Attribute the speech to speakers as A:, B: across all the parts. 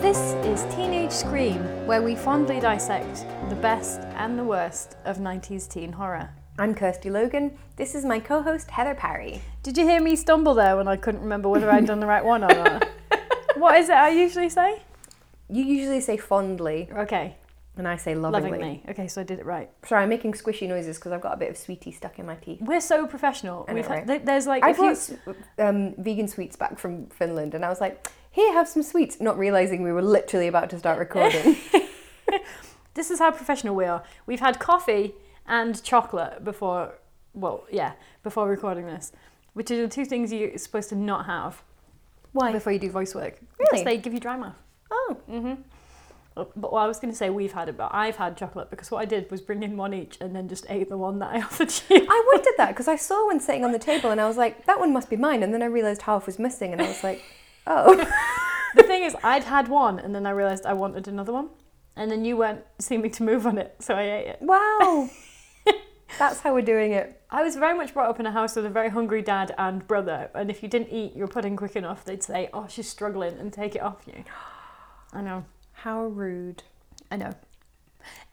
A: This is Teenage Scream, where we fondly dissect the best and the worst of 90s teen horror.
B: I'm Kirsty Logan. This is my co host, Heather Parry.
A: Did you hear me stumble there when I couldn't remember whether I'd done the right one or not? what is it I usually say?
B: You usually say fondly,
A: Okay,
B: and I say lovingly.
A: lovingly. Okay, so I did it right.
B: Sorry, I'm making squishy noises because I've got a bit of sweetie stuck in my teeth.
A: We're so professional.
B: I know,
A: We've had-
B: right?
A: th- there's like
B: I
A: if you-
B: brought s- um, vegan sweets back from Finland, and I was like, here, have some sweets, not realizing we were literally about to start recording.
A: this is how professional we are. We've had coffee and chocolate before, well, yeah, before recording this, which are the two things you're supposed to not have
B: Why?
A: before you do voice work.
B: Really?
A: Because they give you dry mouth.
B: Oh,
A: But well, I was going to say we've had it, but I've had chocolate because what I did was bring in one each and then just ate the one that I offered you.
B: I wondered that because I saw one sitting on the table, and I was like, that one must be mine. And then I realized half was missing, and I was like, oh.
A: the thing is, I'd had one and then I realised I wanted another one, and then you weren't seeming to move on it, so I ate it.
B: wow. That's how we're doing it.
A: I was very much brought up in a house with a very hungry dad and brother, and if you didn't eat your pudding quick enough, they'd say, "Oh, she's struggling," and take it off you. I know,
B: How rude.
A: I know.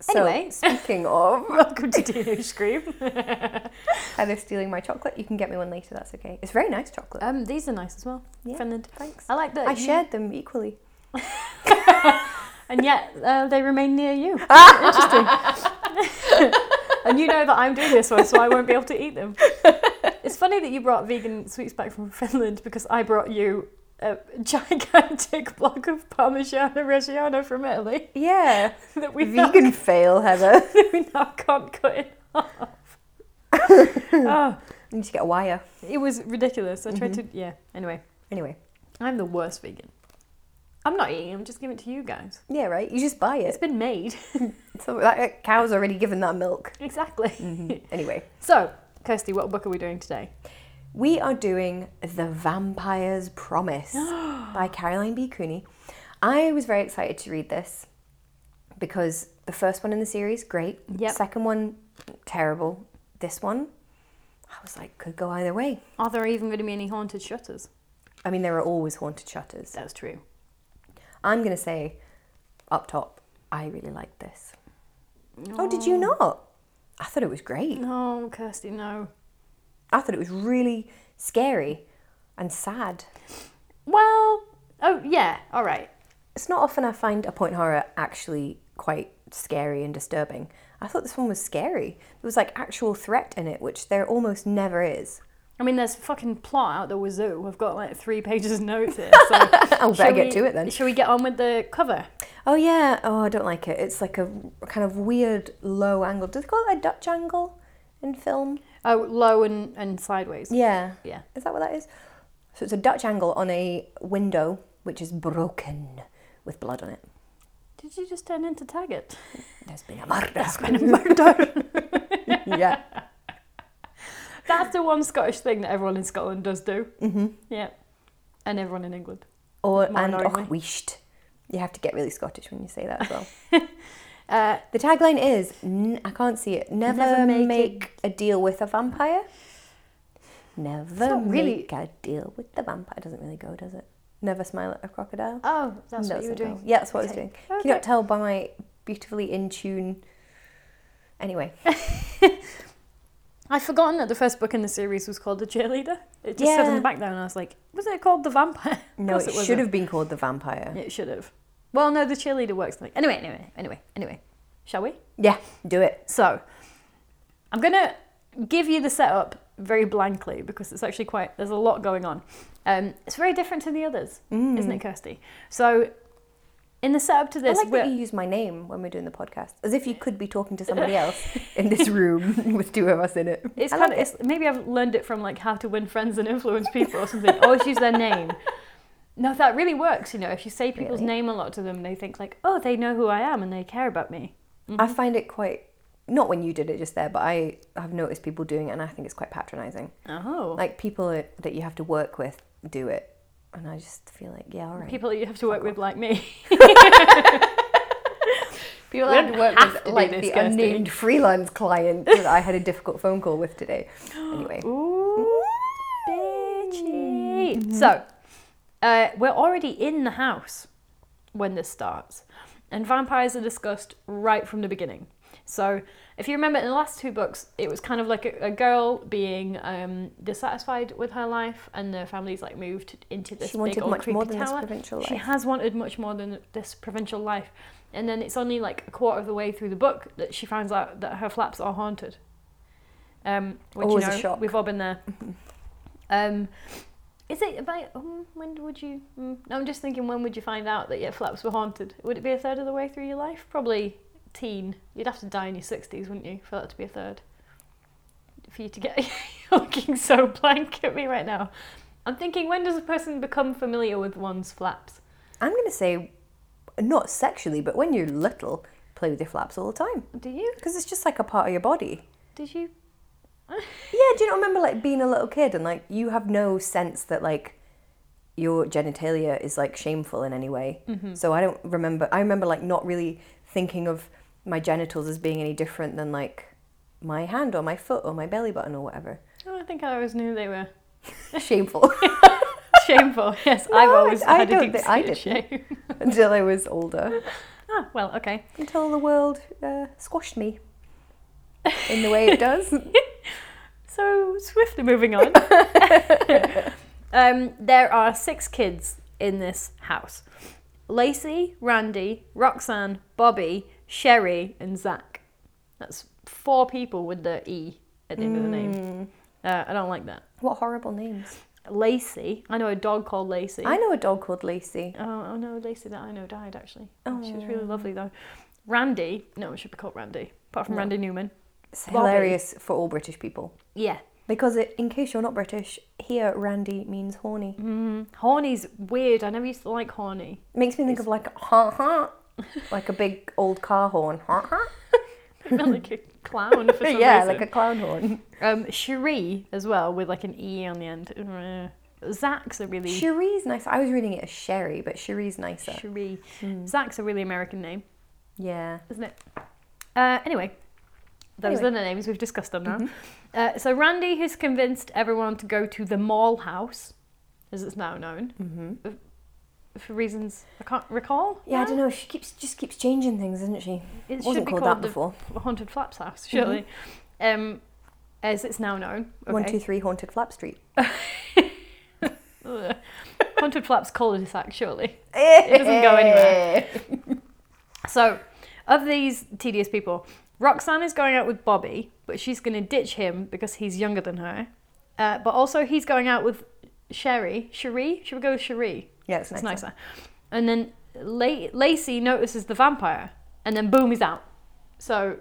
B: So,
A: Anyway.
B: speaking of
A: Welcome to Teenage Scream.
B: Heather stealing my chocolate, you can get me one later. That's okay. It's very nice chocolate.
A: um, these are nice as well.
B: Yeah.
A: Finland.
B: Thanks.
A: I like that.
B: I
A: you-
B: shared them equally.
A: and yet uh, they remain near you. Interesting. and you know that I'm doing this one, so I won't be able to eat them. It's funny that you brought vegan sweets back from Finland because I brought you a gigantic block of Parmigiano Reggiano from Italy
B: Yeah.
A: that we now,
B: Vegan fail, Heather.
A: that we now can't cut in half. oh,
B: You need to get a wire.
A: it was ridiculous. I tried to, yeah. Anyway,
B: Anyway.
A: I'm the worst vegan. I'm not eating. I'm just giving it to you guys.
B: Yeah, right. You just buy
A: It's
B: it.
A: been made.
B: So that that cow's already given that milk.
A: exactly.
B: Anyway,
A: So, Kirsty, what book are we doing today?
B: we are doing The Vampire's Promise by Caroline B. Cooney. I was very excited to read this because the first one in the series, great.
A: Yep.
B: Second one, terrible. This one, I was like, could go either way.
A: Are there even going to be any haunted shutters?
B: I mean, there are always haunted shutters.
A: That's true.
B: I'm going to say, up top, I really like this. Oh, did you not? I thought it was great.
A: No, Kirsty, no.
B: I thought it was really scary and sad.
A: Well, oh, yeah, all right.
B: It's not often I find a point horror actually quite scary and disturbing. I thought this one was scary. There was like actual threat in it, which there almost never is.
A: I mean, there's fucking plot out the wazoo. I've got like three pages of notes here. So
B: Oh, better
A: shall
B: get
A: we-
B: to it then.
A: Shall we get on with the cover?
B: Oh, yeah. Oh, I don't like it. It's like a kind of weird low angle. Do they call it a Dutch angle in film?
A: Oh, low and, and sideways.
B: Yeah.
A: Yeah.
B: Is that what that is? So it's a Dutch angle on a window which is broken with blood on it.
A: Did you just turn into Taggart?
B: There's been a murder. yeah.
A: That's the one Scottish thing that everyone in Scotland does do. Mm-hmm. Yeah. And everyone in England.
B: Or
A: Mine
B: and
A: are ugly.
B: ochwisht. You have to get really Scottish when you say that as well.
A: Uh,
B: the tagline is n- I can't see it. Never,
A: Never
B: make,
A: make
B: a deal with a vampire. Never
A: not really-
B: make a deal with the vampire. It doesn't really go, does it? Never smile at a crocodile.
A: oh, that's what you were
B: Doesn't go.
A: doing.
B: Yeah, that's what I was
A: Okay.
B: doing. Can you
A: Okay.
B: not tell by my beautifully in tune? Anyway.
A: I'd forgotten that the first book in the series was called The Cheerleader. It just said on
B: Yeah.
A: the back there, and I was like, was it called The Vampire? Of
B: No,
A: course
B: it,
A: wasn't.
B: should have been called the vampire.
A: It should have. Well, no, The Cheerleader works. Like, anyway, anyway, anyway, anyway. Shall we?
B: Yeah, do it.
A: So, I'm going to give you the setup very blankly because it's actually quite, there's a lot going on. Um, it's very different to the others, isn't it, Kirsty? So, in the setup to
B: Mm. I
A: this,
B: like
A: we're-
B: that you use my name when we're doing the podcast, as if you could be talking to somebody else in this room with two of us in it.
A: It's
B: I
A: kind
B: like
A: of it's, maybe I've learned it from like how to win friends and influence people or something. Always use their name. No, that really works. You know, if you say people's
B: Really?
A: name a lot to them, they think like, oh, they know who I am and they care about me.
B: I find it quite Not when you did it just there, but I have noticed people doing it and I think it's quite patronizing.
A: Oh.
B: Like people that that you have to work with do it. And I just feel like, yeah, all right.
A: People that you have to work with, like me.
B: People
A: We
B: I had
A: don't
B: to work
A: have
B: with,
A: to do
B: like
A: this,
B: the
A: Kirsty.
B: unnamed freelance client that I had a difficult phone call with today. Anyway,
A: Ooh, bitchy. So, uh, we're already in the house when this starts, and vampires are discussed right from the beginning. So, if you remember in the last two books, it was kind of like a, a girl being um, dissatisfied with her life, and the family's like moved into this
B: she
A: big
B: wanted
A: old
B: much
A: creepy
B: more than this
A: tower.
B: provincial
A: She
B: life.
A: has wanted much more than this provincial life. And then it's only like a quarter of the way through the book that she finds out that her flats are haunted. Um, which,
B: Always
A: you
B: a
A: know,
B: shock.
A: We've all been there. um, is it about um, when would you? Mm, I'm just thinking, when would you find out that your flaps were haunted? Would it be a third of the way through your life? Probably teen. You'd have to die in your 60s, wouldn't you, for that to be a third? For you to get. You're looking so blank at me right now. I'm thinking, when does a person become familiar with one's flaps?
B: I'm going to say, not sexually, but when you're little, play with your flaps all the time
A: Do you?
B: because it's just like a part of your body.
A: Did you?
B: Yeah, do you not remember like being a little kid and like you have no sense that like your genitalia is like shameful in any way.
A: Mm-hmm.
B: So I don't remember. I remember like not really thinking of my genitals as being any different than like my hand or my foot or my belly button or whatever.
A: Oh, I think I always knew they were
B: Shameful
A: shameful. Yes, I've
B: No,
A: always
B: I- I
A: had a
B: don't
A: deep
B: thi- I
A: seated shame.
B: until I was older.
A: Ah, well, okay.
B: Until the world uh, squashed me in the way it does.
A: So swiftly moving on. um, there are six kids in this house: Lacey, Randy, Roxanne, Bobby, Sherry, and Zach. That's four people with the E at the end of the
B: Hmm.
A: name. Uh, I don't like that.
B: what horrible names.
A: Lacey. I know a dog called Lacey.
B: I know a dog called Lacey.
A: Oh, oh no, Lacey that I know died actually. Oh. She was really lovely though. Randy, no, it should be called Randy, apart from Randy Newman.
B: It's
A: Bobby.
B: hilarious for all British people.
A: Yeah.
B: Because it, in case you're not British, here Randy means horny.
A: Mm-hmm. Horny's weird. I never used to like Horny.
B: Makes me think of like ha ha, like a big old car horn. Ha ha.
A: I feel like a clown for some
B: yeah,
A: reason.
B: like a clown horn.
A: Um, Cherie as well, with like an E on the end. Zach's a really.
B: Cherie's nice. I was reading it as Sherry, but Cherie's nicer.
A: Cherie.
B: Hmm.
A: Zach's a really American name,
B: Yeah.
A: isn't it? Uh, anyway, those
B: Anyway. Mm-hmm.
A: are the names. We've discussed them now. Uh, so Randy has convinced everyone to go to the Mall House, as it's now known. uh,
B: Mm-hmm.
A: for reasons I can't recall.
B: Yeah, I don't know. She keeps just keeps changing things, doesn't she?
A: It should
B: Wasn't
A: be
B: called, that
A: called
B: before.
A: the Haunted Flaps House, surely. Um, as it's now known. Okay.
B: Mm-hmm. One two three Haunted Flap Street.
A: Ugh. Haunted Flaps cul-de-sac, surely.
B: It
A: doesn't go anywhere. So, of these tedious people, Roxanne is going out with Bobby, but she's going to ditch him because he's younger than her. Uh, but also, he's going out with Sherry. Cherie? Should we go with Cherie?
B: Yeah, it's
A: It's
B: nicer.
A: nicer. And then La- Lacey notices the vampire, and then boom, he's out. So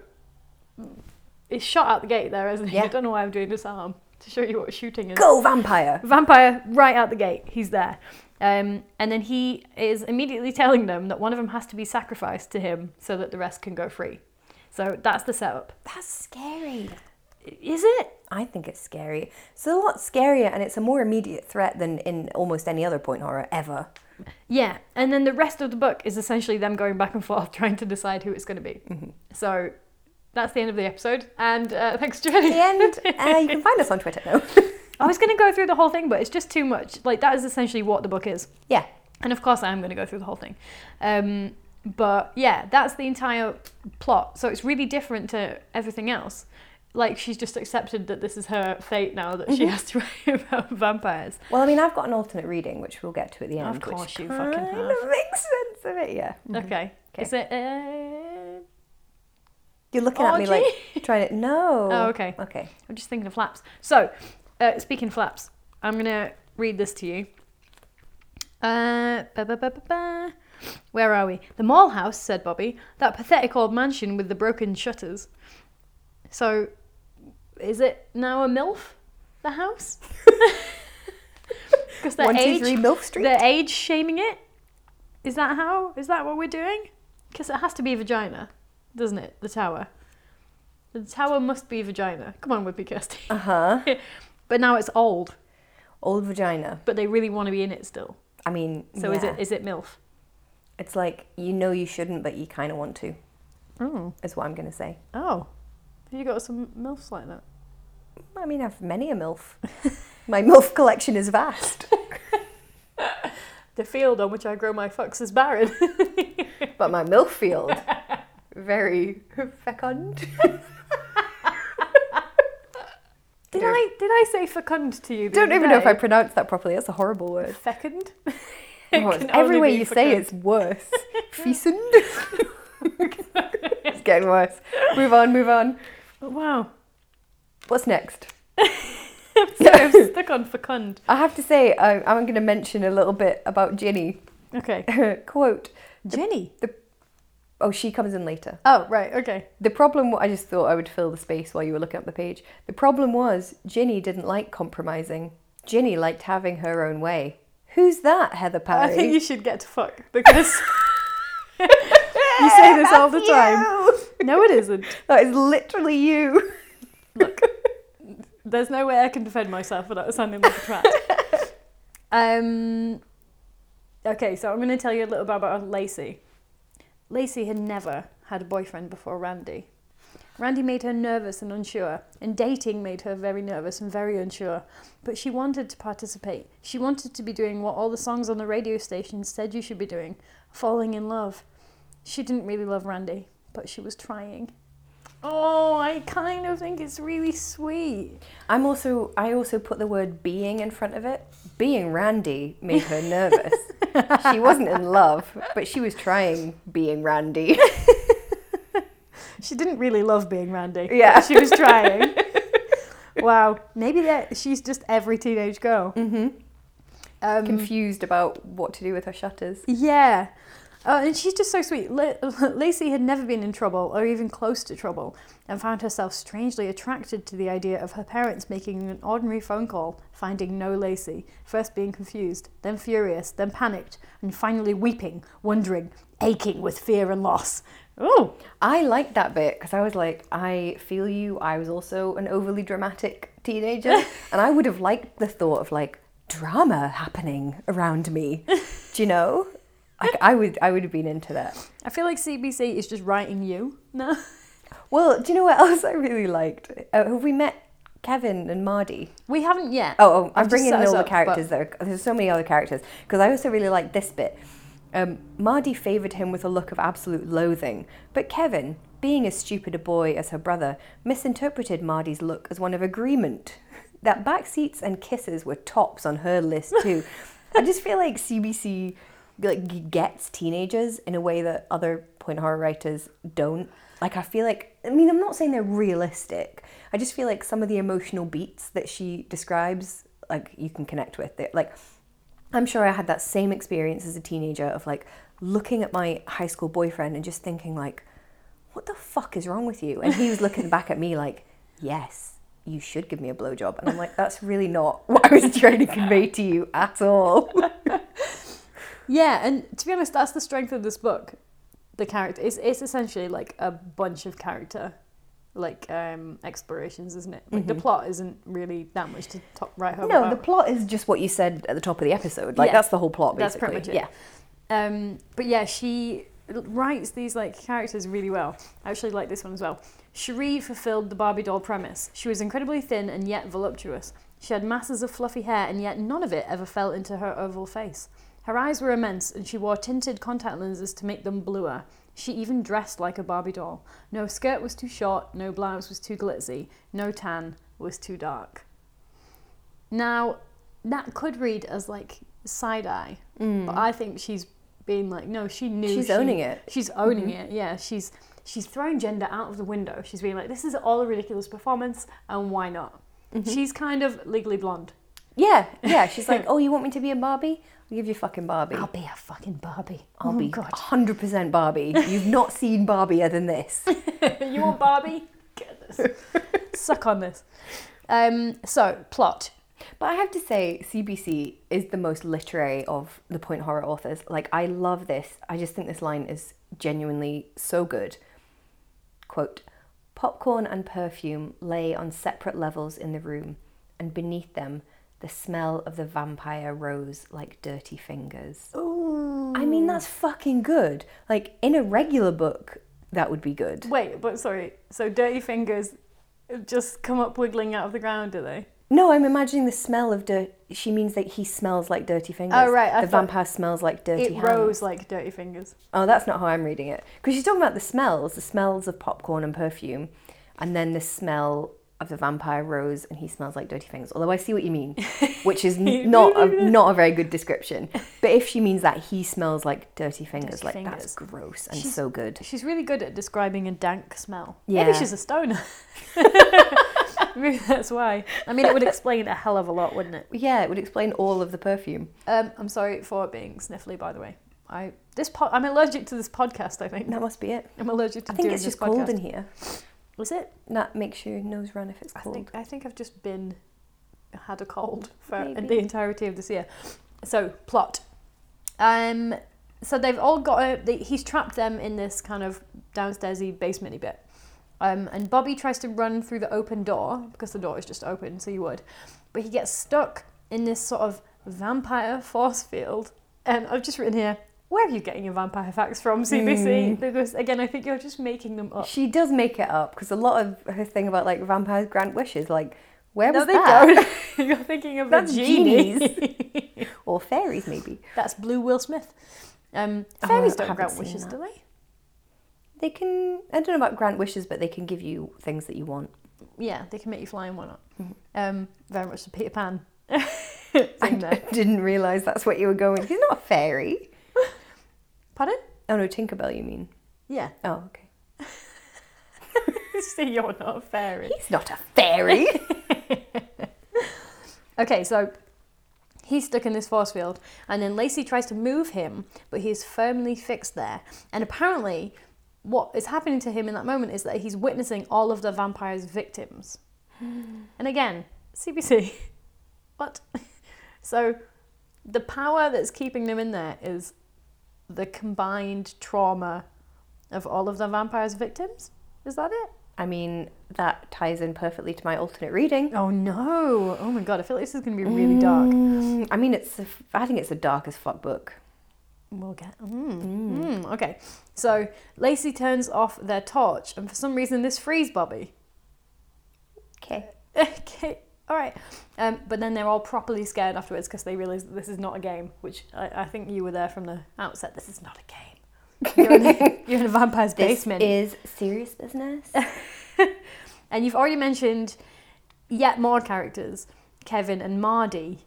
A: it's shot out the gate there, isn't he? I
B: Yeah.
A: don't know why I'm doing this arm to show you what shooting is.
B: Go vampire.
A: Vampire right out the gate. He's there. Um, and then he is immediately telling them that one of them has to be sacrificed to him so that the rest can go free. So that's the setup.
B: That's scary.
A: Is it?
B: I think it's scary. It's a lot scarier, and it's a more immediate threat than in almost any other point horror ever.
A: Yeah, and then the rest of the book is essentially them going back and forth trying to decide who it's going to be. So that's the end of the episode, and uh, thanks, Jenny.
B: the end, uh, you can find us on Twitter now.
A: I was going to go through the whole thing, but it's just too much. Like that is essentially what the book is,
B: yeah,
A: and of course I am going to go through the whole thing. Um, but yeah, that's the entire plot. So it's really different to everything else. Like she's just accepted that this is her fate now that
B: Mm-hmm.
A: she has to write about vampires.
B: Well, I mean, I've got an alternate reading, which we'll get to at the
A: Of
B: end.
A: course
B: which
A: you
B: kind
A: fucking have.
B: of makes sense of it. Yeah,
A: Okay,
B: Mm-hmm. Okay.
A: is it? Uh...
B: you're looking at me
A: Orgy?
B: like trying to. No.
A: Oh, okay.
B: Okay.
A: I'm just thinking of flaps. So, uh, speaking of flaps, I'm gonna read this to you. Uh, ba, ba, ba, ba, ba. Where are we? The mall house, said Bobby. That pathetic old mansion with the broken shutters. So, is it now a MILF? The house? Because they're
B: One two three
A: age,
B: Milk Street.
A: they're age shaming it. Is that how? Is that what we're doing? Because it has to be vagina, doesn't it? The tower. The tower must be vagina. Come on, Whippy Kirsty.
B: Uh huh.
A: But now it's old,
B: Old vagina.
A: but they really want to be in it still.
B: I mean,
A: So is
B: yeah.
A: it is it MILF?
B: It's like you know you shouldn't, but you kind of want to.
A: Oh.
B: Is what I'm gonna say.
A: Oh. Have you got some MILFs like that?
B: I mean, I've many a milf. My milf collection is vast,
A: The field on which I grow my fucks is barren.
B: but my milf field very fecund.
A: did
B: Yeah.
A: I did I say fecund to you? The
B: Don't
A: other
B: even know if I
A: day?
B: pronounced that properly. That's a horrible word.
A: fecund.
B: Oh,
A: It
B: it's
A: can only
B: every way
A: be
B: you say
A: fecund.
B: it's worse. Fecund. it's getting worse. Move on. Move on.
A: Wow.
B: What's next?
A: So I'm stuck on fecund.
B: I have to say, I, I'm going to mention a little bit about Ginny.
A: Okay.
B: Quote.
A: Jenny.
B: Oh, she comes in later.
A: Oh right. Okay.
B: The problem, I just thought I would fill the space while you were looking up the page. The problem was Ginny didn't like compromising. Ginny liked having her own way. Who's that, Heather Parry?
A: I think you should get to fuck because you say this all the
B: That's
A: time.
B: you!
A: No, it isn't.
B: That is literally you.
A: There's no way I can defend myself without sounding like a twat. um, okay, so I'm going to tell you a little bit about Lacey. Lacey had never had a boyfriend before Randy. Randy made her nervous and unsure, and dating made her very nervous and very unsure. But she wanted to participate. She wanted to be doing what all the songs on the radio station said you should be doing falling in love. She didn't really love Randy, but she was trying. Oh, I kind of think it's really sweet.
B: I'm also. I also put the word being in front of it. Being Randy made her nervous. she wasn't in love, but she was trying being Randy.
A: She didn't really love being Randy. but
B: Yeah.
A: She was trying. wow. Maybe that she's just every teenage girl.
B: hmm
A: Um,
B: Confused about what to do with her shutters.
A: yeah. Oh, and she's just so sweet. La- Lacey had never been in trouble or even close to trouble and found herself strangely attracted to the idea of her parents making an ordinary phone call, finding no Lacey, first being confused, then furious, then panicked, and finally weeping, wondering, aching with fear and loss. Oh,
B: I liked that bit because I was like, I feel you. I was also an overly dramatic teenager, and I would have liked the thought of like drama happening around me. Do you know? Like, I would, I would have been into that.
A: I feel like CBC is just writing you. No.
B: Well, do you know what else I really liked? Uh, have we met Kevin and Mardy?
A: We haven't yet.
B: Oh, oh
A: I've
B: I'm
A: just
B: bringing in
A: set us
B: all
A: up, but-
B: the characters though. There's so many other characters because I also really liked this bit. Um, Mardy favoured him with a look of absolute loathing, but Kevin, being as stupid a boy as her brother, misinterpreted Mardy's look as one of agreement. That back seats and kisses were tops on her list too. I just feel like CBC like g- gets teenagers in a way that other point horror writers don't. Like I feel like I mean I'm not saying they're realistic. I just feel like some of the emotional beats that she describes like you can connect with it. Like I'm sure I had that same experience as a teenager of like looking at my high school boyfriend and just thinking like, what the fuck is wrong with you? And he was looking back at me like, yes, you should give me a blowjob. And I'm like, that's really not what I was trying to convey to you at all.
A: Yeah, and to be honest, that's the strength of this book. The character it's it's essentially like a bunch of character like um explorations, isn't it? Like the plot isn't really that much to top right home
B: Mm-hmm. No,
A: about.
B: the plot is just what you said at the top of the episode.
A: Oh,
B: Like
A: Yeah.
B: that's the whole plot. Basically.
A: That's pretty much it.
B: Yeah.
A: Um, but yeah, she l- writes these like characters really well. I actually like this one as well. Cherie fulfilled the Barbie doll premise. She was incredibly thin and yet voluptuous. She had masses of fluffy hair and yet none of it ever fell into her oval face. Her eyes were immense and she wore tinted contact lenses to make them bluer. She even dressed like a Barbie doll. No skirt was too short, no blouse was too glitzy, no tan was too dark. Now, that could read as like side eye, but I think she's being like, no, she knew.
B: She's
A: she-
B: owning it.
A: She's owning it. Yeah, she's she's throwing gender out of the window. She's being like, this is all a ridiculous performance, and why not? She's kind of legally blonde.
B: Yeah. Yeah. She's like, oh, you want me to be a Barbie? I'll give you fucking Barbie.
A: I'll be a fucking Barbie.
B: I'll
A: oh,
B: be
A: God.
B: 100% Barbie. You've not seen Barbier than this.
A: you want Barbie? Get this. Suck on this. Um, so plot.
B: But I have to say, CBC is the most literary of the point horror authors. Like, I love this. I just think this line is genuinely so good. Quote, Popcorn and perfume lay on separate levels in the room, and beneath them, the smell of the vampire rose like dirty fingers.
A: Ooh.
B: I mean, that's fucking good. Like, in a regular book, that would be good.
A: Wait, but sorry. So dirty fingers just come up wiggling out of the ground, do they?
B: No, I'm imagining the smell of dirt. She means that he smells like dirty fingers.
A: Oh, right, I
B: the
A: thought-
B: vampire smells like dirty
A: it
B: hands.
A: rose like dirty fingers.
B: Oh, that's not how I'm reading it. Because she's talking about the smells, the smells of popcorn and perfume, and then the smell of the vampire rose, and he smells like dirty fingers. Although I see what you mean, which is n- not a, not a very good description. But if she means that he smells like dirty fingers,
A: Dirty
B: like
A: fingers.
B: that's gross and
A: She's-
B: so good.
A: She's really good at describing a dank smell.
B: Yeah.
A: Maybe she's a stoner. Maybe that's why. I mean, it would explain a hell of a lot, wouldn't it?
B: Yeah, it would explain all of the perfume.
A: Um, I'm sorry for being sniffly, by the way. I this po- I'm allergic to this podcast. I think
B: That must be it.
A: I'm allergic to
B: I think
A: doing
B: it's
A: this
B: just cold
A: podcast.
B: in here.
A: Was it?
B: That makes your nose run if it's
A: I
B: cold.
A: think I think I've just been had a cold for
B: Maybe.
A: the entirety of this year. So plot. Um. So they've all got. A, they, he's trapped them in this kind of downstairsy basementy bit. Um, and Bobby tries to run through the open door because the door is just open, so you would. But he gets stuck in this sort of vampire force field. And I've just written here, where are you getting your vampire facts from,
B: Hmm.
A: CBC? Because again, I think you're just making them up.
B: She does make it up because a lot of her thing about like vampires grant wishes, like where
A: no,
B: was
A: they
B: that?
A: don't. you're thinking of
B: That's
A: a genie.
B: or fairies maybe.
A: That's Blue Will Smith. Um,
B: Oh,
A: fairies
B: I
A: don't
B: haven't
A: grant
B: seen
A: wishes,
B: that.
A: do they?
B: They can. I don't know about grant wishes, but they can give you things that you want.
A: Yeah, they can make you fly and whatnot.
B: Mhm.
A: Um, very much the Peter Pan thing
B: I
A: there.
B: didn't realize that's what you were going. He's not a fairy.
A: Pardon?
B: Oh no, Tinkerbell. You mean?
A: Yeah.
B: Oh, okay.
A: See, you're not a fairy.
B: He's not a fairy.
A: Okay, so he's stuck in this force field, and then Lacey tries to move him, but he is firmly fixed there. And apparently, what is happening to him in that moment is that he's witnessing all of the vampire's victims. and again, CBC, what? so the power that's keeping them in there is the combined trauma of all of the vampire's victims. Is that it?
B: I mean, that ties in perfectly to my alternate reading.
A: Oh no! Oh my god, I feel like this is going to be really dark.
B: Mm, I mean, it's. A, I think it's the darkest fuck book.
A: We'll get. Mm.
B: Hmm.
A: Mm. Okay. So Lacey turns off their torch, and for some reason, this frees Bobby.
B: Okay.
A: okay. All right. Um, but then they're all properly scared afterwards because they realise that this is not a game, which I, I think you were there from the outset. This is not a game. You're in a, you're in a vampire's basement.
B: This is serious business.
A: And you've already mentioned yet more characters Kevin and Mardy.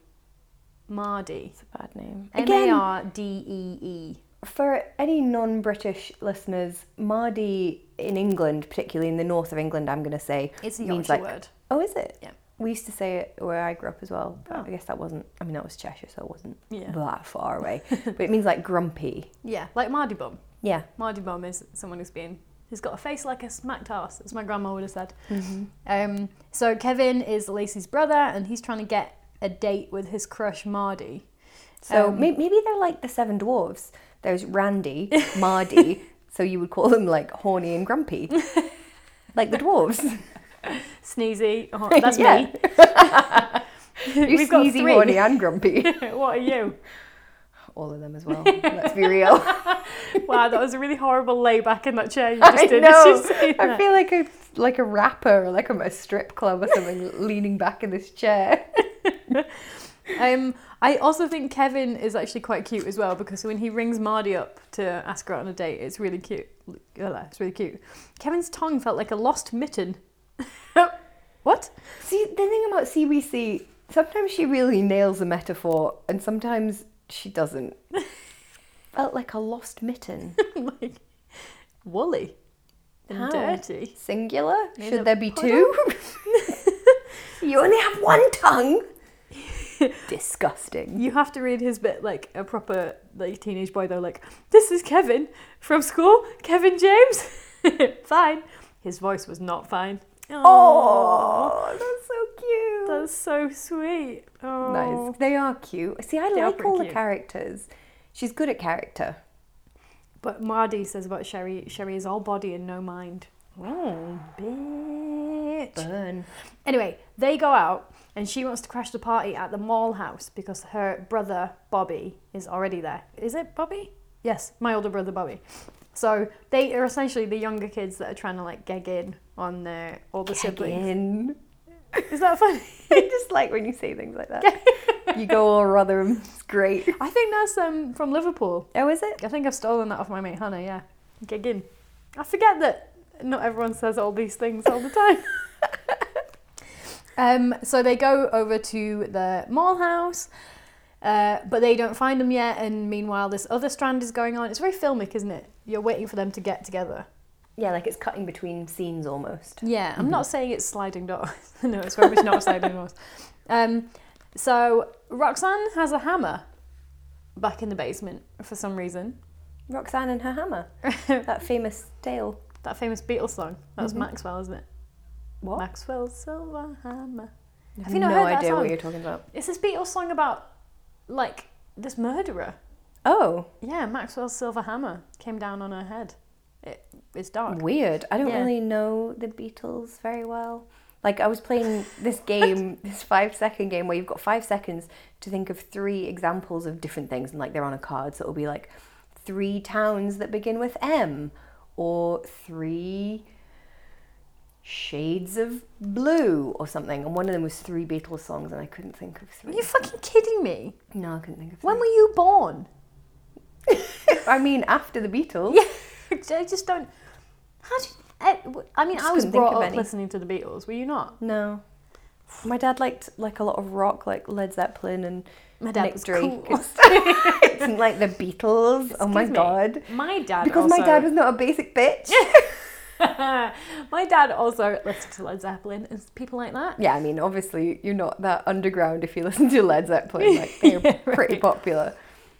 A: Mardy.
B: It's a bad name.
A: M A R D E E.
B: For any non British listeners, Mardi in England, particularly in the north of England, I'm going to say.
A: It's a
B: means
A: Yorkshire
B: like-
A: word.
B: Oh, is it?
A: Yeah.
B: We used to say it where I grew up as well, but
A: Oh.
B: I guess that wasn't, I mean, that was Cheshire, so it wasn't
A: Yeah.
B: that far away. but it means like grumpy.
A: Yeah, like Mardy Bum.
B: Yeah.
A: Mardy Bum is someone who's been who's got a face like a smacked ass, as my grandma would have said.
B: Mm-hmm.
A: Um, so Kevin is Lacey's brother, and he's trying to get a date with his crush Mardy.
B: So
A: Um,
B: may- maybe they're like the seven dwarves. There's Randy, Mardi, so you would call them like horny and grumpy. like the dwarves.
A: Sneezy, oh, that's
B: Yeah.
A: me.
B: You're
A: We've got
B: sneezy,
A: three.
B: horny, and grumpy.
A: what are you?
B: All of them as well. Let's be real.
A: Wow, that was a really horrible layback in that chair you just
B: I
A: did.
B: know.
A: Did you see
B: I
A: that?
B: feel like a like a rapper, or like I'm at a strip club or something, leaning back in this chair.
A: Um, I also think Kevin is actually quite cute as well because when he rings Mardy up to ask her out on a date, it's really cute. uh, It's really cute. Kevin's tongue felt like a lost mitten. what?
B: See, the thing about CBC, sometimes she really nails a metaphor, and sometimes she doesn't. Felt like a lost mitten.
A: like woolly and
B: How?
A: dirty.
B: Singular?
A: In a
B: Should there be
A: puddle?
B: two? you only have one tongue. Disgusting.
A: You have to read his bit like a proper like teenage boy though. Like this is Kevin from school. Kevin James. fine. His voice was not fine.
B: Oh, that's so cute.
A: that's so sweet. Oh.
B: Nice. They are cute. See, I
A: They are
B: like
A: pretty
B: all the
A: cute.
B: characters. She's good at character.
A: But Mardy says about Sherry. Sherry is all body and no mind. Oh, Bitch.
B: Burn.
A: Anyway, they go out and she wants to crash the party at the mall house because her brother Bobby is already there. Is it Bobby? Yes, my older brother Bobby. So they are essentially the younger kids that are trying to like gag in on their older siblings.
B: Again.
A: Is that funny?
B: I just like when you say things like that. you go all Rotherham. It's great.
A: I think that's um, from Liverpool.
B: Oh, is it?
A: I think I've stolen that off my mate Hannah, yeah. Gig in. I forget that not everyone says all these things all the time. um, so they go over to the mall house, uh, but they don't find them yet. And meanwhile, this other strand is going on. It's very filmic, isn't it? You're waiting for them to get together.
B: Yeah, like it's cutting between scenes almost.
A: Yeah, I'm not saying it's sliding doors. no, it's very much not sliding doors. Um, so Roxanne has a hammer back in the basement for some reason.
B: Roxanne and her hammer. that famous tale.
A: That famous Beatles song. That was Maxwell, isn't it?
B: Mm-hmm. What?
A: Maxwell Silverhammer.
B: I
A: Have you not
B: no
A: heard that
B: idea
A: song?
B: what you're talking about.
A: It's this Beatles song about like this murderer.
B: Oh,
A: Yeah, Maxwell Silverhammer came down on her head. It, it's dark.
B: weird. I don't
A: Yeah.
B: really know the Beatles very well. Like I was playing this game, this five second game where you've got five seconds to think of three examples of different things, and like they're on a card, so it'll be like three towns that begin with M, or three shades of blue, or something. And one of them was three Beatles songs, and I couldn't think of
A: Are
B: three.
A: you fucking kidding me?
B: No, I couldn't think of.
A: When were you born?
B: three. I mean, after the Beatles.
A: Yeah, I just don't. How do? You, I, I mean,
B: I
A: I, was
B: just couldn't think
A: brought
B: of
A: up
B: any.
A: listening to the Beatles. Were you not?
B: No. My dad liked like a lot of rock, like Led Zeppelin and
A: My dad
B: Nick
A: was
B: Drake
A: cool.
B: and stuff. and like the Beatles. oh my
A: Excuse me.
B: god.
A: My dad.
B: Because my
A: also-
B: dad was not a basic bitch.
A: my dad also listened to Led Zeppelin and people like that.
B: yeah, I mean, obviously you're not that underground if you listen to Led Zeppelin. Like they're pretty popular.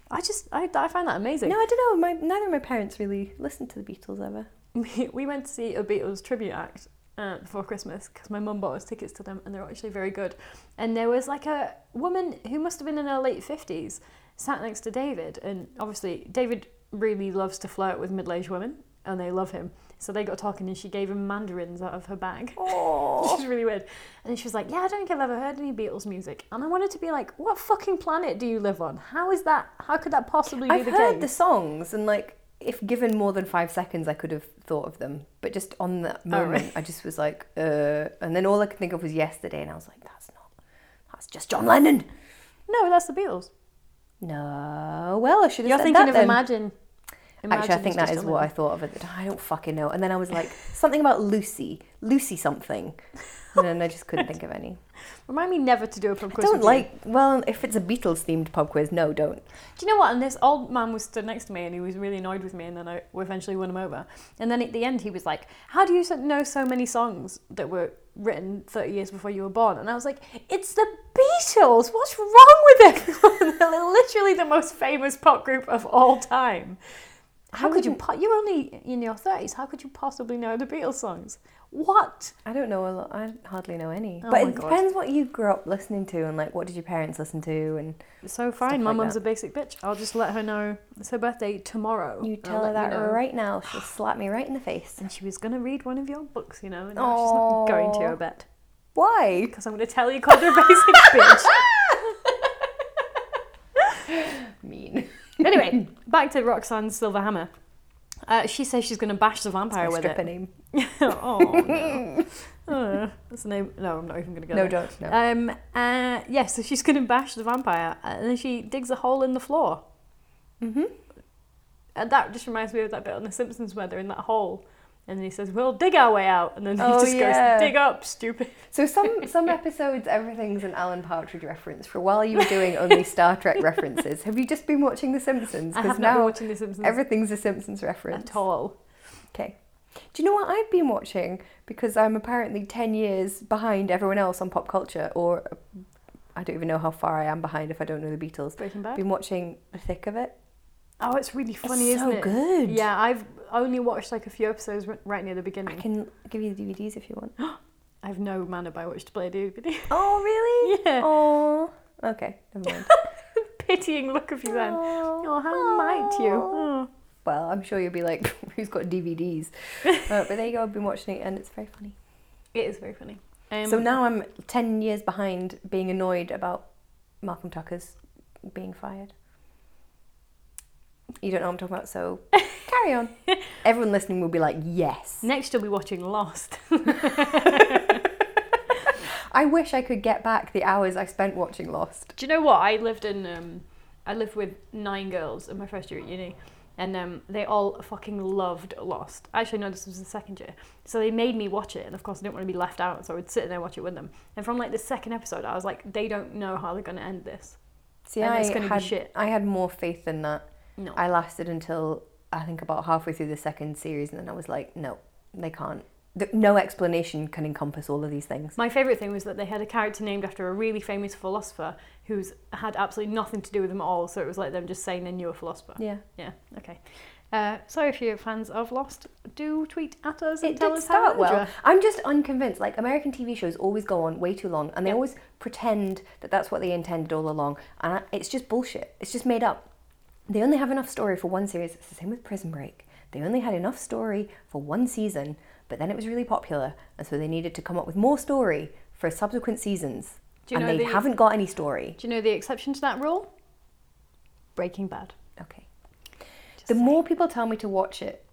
A: I just, I, I find that amazing.
B: No, I don't know. My neither of my parents really listened to the Beatles ever.
A: we, we went to see a Beatles tribute act uh, before Christmas because my mum bought us tickets to them and they're actually very good. And there was like a woman who must have been in her late 50s sat next to David. And obviously, David really loves to flirt with middle aged women and they love him. So they got talking and she gave him mandarins out of her bag. Which
B: Oh.
A: is really weird. And then she was like, Yeah, I don't think I've ever heard any Beatles music. And I wanted to be like, What fucking planet do you live on? How is that? How could that possibly be
B: I've
A: the
B: heard the
A: case?
B: songs and like if given more than five seconds I could have thought of them. But just on that
A: right.
B: moment I just was like, uh and then all I could think of was yesterday and I was like, that's not that's just John Lennon.
A: No, that's the Beatles.
B: No. Well I should have
A: You're
B: said
A: thinking
B: that
A: of
B: then.
A: Imagine. Imagine
B: Actually I think
A: is
B: that
A: just
B: is
A: a
B: what I
A: lemon.
B: thought of at the time. I don't fucking know. And then I was like, something about Lucy. Lucy something. And then I just couldn't think of any.
A: Remind me never to do a pub
B: I
A: quiz.
B: don't
A: with you.
B: like well, if it's a Beatles themed pub quiz, no, don't.
A: Do you know what? And this old man was stood next to me, and he was really annoyed with me, and then I eventually won him over. And then at the end, he was like, "How do you so- know so many songs that were written 30 years before you were born?" And I was like, "It's the Beatles. What's wrong with everyone? They're literally the most famous pop group of all time. How
B: I
A: could you?
B: wouldn't-
A: Po- you're only in your 30s. How could you possibly know the Beatles songs? What?
B: I don't know a lot. I hardly know any.
A: Oh
B: but
A: my
B: it
A: God.
B: depends what you grew up listening to and like what did your parents listen to and
A: So fine.
B: like
A: My mum's
B: that.
A: a basic bitch. I'll just let her know it's her birthday tomorrow.
B: you
A: and Oh, I'll
B: tell her
A: let
B: that
A: you know.
B: right now. She'll slap me right in the face.
A: And she was going to read one of your books, you know, and now she's not going to, I
B: Aw.
A: bet.
B: Why?
A: Because I'm going to tell you called her a basic bitch.
B: Mean.
A: Anyway, back to Roxanne's Silver Hammer. Uh, she says she's going to bash the vampire
B: I
A: with
B: strip a
A: it.
B: name.
A: oh, no. Oh, that's the name. No, I'm not even going to go
B: No,
A: there.
B: don't. No.
A: Um, uh, yeah, so she's going to bash the vampire, and then she digs a hole in the floor.
B: Mm-hmm.
A: And that just reminds me of that bit on The Simpsons where they're in that hole. And then he says, We'll dig our way out. And then he
B: Oh,
A: just
B: yeah.
A: goes, Dig up, stupid.
B: So some some episodes, everything's an Alan Partridge reference. For a while, you were doing only Star Trek references. Have you just been watching The Simpsons?
A: I have
B: Because
A: not been
B: now
A: watching The Simpsons
B: everything's a Simpsons reference.
A: at all.
B: Okay. Do you know what I've been watching? Because I'm apparently 10 years behind everyone else on pop culture, or uh, I don't even know how far I am behind if I don't know the Beatles.
A: Breaking
B: I've
A: Bad.
B: been watching The Thick of It.
A: Oh, it's really funny,
B: it's
A: isn't
B: so
A: it?
B: good.
A: Yeah, I've only watched like a few episodes r- right near the
B: I
A: beginning.
B: can give you the DVDs if you want.
A: I have no manner by which to play a DVD.
B: Oh, really?
A: yeah,
B: Oh. Okay, never mind.
A: pitying look of you then.
B: Oh,
A: Oh, how might you?
B: Aw.
A: Oh.
B: well, I'm sure you'll be like, who's got DVDs? Uh, but there you go, I've been watching it and it's very funny.
A: It is very funny. Um,
B: so now I'm 10 years behind being annoyed about Malcolm Tucker's being fired. You don't know what I'm talking about, so carry on. Everyone listening will be like, yes.
A: next you'll be watching Lost.
B: I wish I could get back the hours I spent watching Lost.
A: Do you know what? I lived in um, I lived with nine girls in my first year at uni, and um, they all fucking loved Lost. Actually, no, this was the second year, so they made me watch it, and of course, I didn't want to be left out, so I would sit there and watch it with them. And from like the second episode, I was like, they don't know how they're gonna end this.
B: See,
A: And
B: I
A: it's gonna be
B: had,
A: shit.
B: I had more faith than that.
A: No,
B: I lasted until I think about halfway through the second series, and then I was like, no, they can't. Th- No explanation can encompass all of these things.
A: My favourite thing was that they had a character named after a really famous philosopher who's had absolutely nothing to do with them at all, so it was like them just saying they knew a philosopher.
B: Yeah,
A: Yeah, okay. Uh, so if you're fans of Lost, do tweet at us and
B: it
A: tell
B: did
A: us how
B: start
A: it
B: well. I'm just unconvinced. Like American TV shows always go on way too long, and they
A: Yeah.
B: always pretend that that's what they intended all along, and I- it's just bullshit. It's just made up. They only have enough story for one series. It's the same with Prison Break. They only had enough story for one season, but then it was really popular, and so they needed to come up with more story for subsequent seasons.
A: Do you
B: and
A: know
B: they
A: the-
B: haven't got any story.
A: Do you know the exception to that rule? Breaking Bad.
B: Okay. the more people tell me to watch it,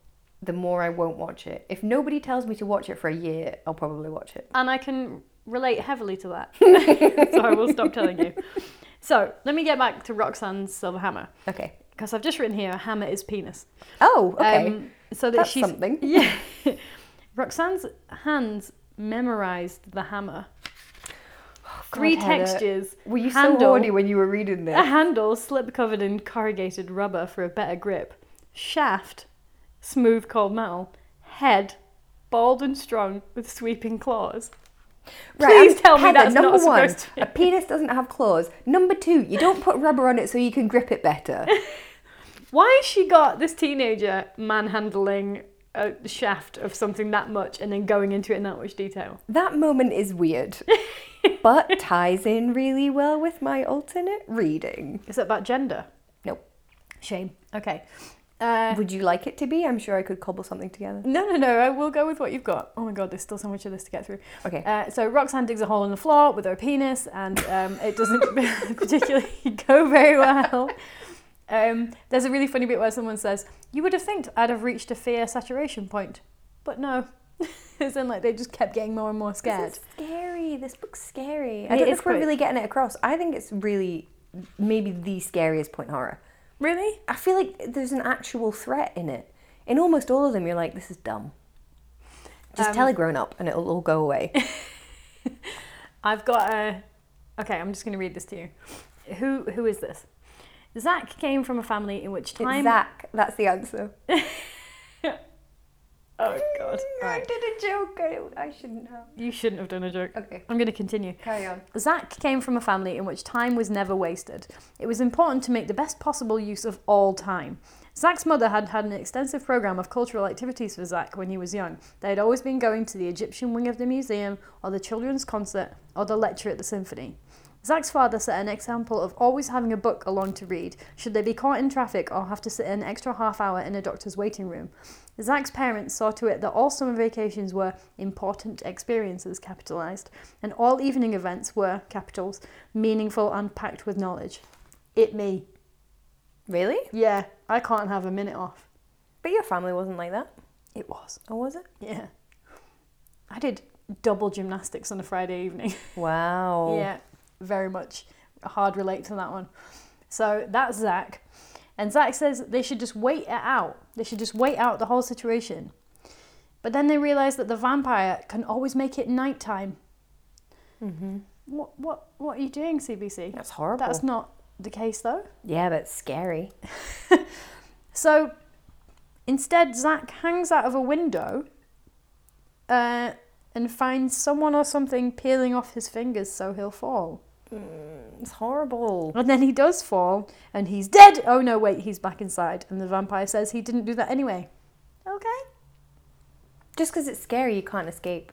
B: the more I won't watch it. If nobody tells me to watch it for a year, I'll probably watch it.
A: And I can relate heavily to that. so I will stop telling you. So let me get back to Roxanne's Silver Hammer.
B: Okay.
A: Because I've just written here, hammer is penis.
B: Oh, okay.
A: Um, so that
B: That's
A: she's
B: something.
A: Yeah. Roxanne's hands memorized the hammer. Three
B: Oh, God, Heather.
A: textures.
B: Were you so
A: handle,
B: horny when you were reading
A: A
B: this?
A: handle slip covered in corrugated rubber for a better grip. Shaft, smooth cold metal. Head, bald and strong with sweeping claws. Please
B: I'm-
A: tell me
B: Heather,
A: that's
B: number
A: not
B: one,
A: supposed to.
B: a penis doesn't have claws. Number two, you don't put rubber on it so you can grip it better.
A: Why has she got this teenager manhandling a shaft of something that much and then going into it in that much detail?
B: that moment is weird, but ties in really well with my alternate reading.
A: Is it about gender?
B: Nope.
A: Shame. Okay. Uh,
B: Would you like it to be? I'm sure I could cobble something together.
A: no, no, no. I will go with what you've got. Oh my god, there's still so much of this to get through.
B: Okay.
A: Uh, so Roxanne digs a hole in the floor with her penis, and um, it doesn't particularly go very well. Um, there's a really funny bit where someone says, "You would have think I'd have reached a fear saturation point, but no." As in, like they just kept getting more and more scared.
B: This is scary. This book's
A: It
B: scary. I don't know
A: is
B: if we're
A: quite-
B: really getting it across. I think it's really maybe the scariest point horror.
A: Really?
B: I feel like there's an actual threat in it. In almost all of them, you're like, this is dumb. Just
A: Um,
B: tell a grown up and it'll all go away.
A: I've got a. Okay, I'm just going to read this to you. Who who is this? Zach came from a family in which
B: It's
A: time.
B: Zach. That's the answer.
A: Oh God! All
B: I
A: right.
B: did a joke. I, I shouldn't have.
A: You shouldn't have done a joke.
B: Okay,
A: I'm going to continue.
B: carry on.
A: Zach came from a family in which time was never wasted. It was important to make the best possible use of all time. Zach's mother had had an extensive program of cultural activities for Zach when he was young. They had always been going to the Egyptian wing of the museum, or the children's concert, or the lecture at the symphony. Zach's father set an example of always having a book along to read, should they be caught in traffic or have to sit an extra half hour in a doctor's waiting room. Zach's parents saw to it that all summer vacations were important experiences, capitalized, and all evening events were, capitals, meaningful and packed with knowledge. It me.
B: Really?
A: Yeah, I can't have a minute off.
B: But your family wasn't like that,
A: It was.
B: or was it?
A: Yeah. I did double gymnastics on a Friday evening.
B: Wow.
A: Yeah, very much hard relate to that one. So that's Zach. And Zach says they should just wait it out. They should just wait out the whole situation. But then they realise that the vampire can always make it nighttime.
B: Mm-hmm.
A: What what what are you doing, CBC?
B: That's horrible.
A: That's not the case though.
B: Yeah, but it's scary.
A: So instead, Zach hangs out of a window uh, and finds someone or something peeling off his fingers so he'll fall.
B: It's horrible.
A: And then he does fall and he's dead. Oh no, wait, he's back inside. And the vampire says he didn't do that anyway. Okay.
B: Just because it's scary, you can't escape.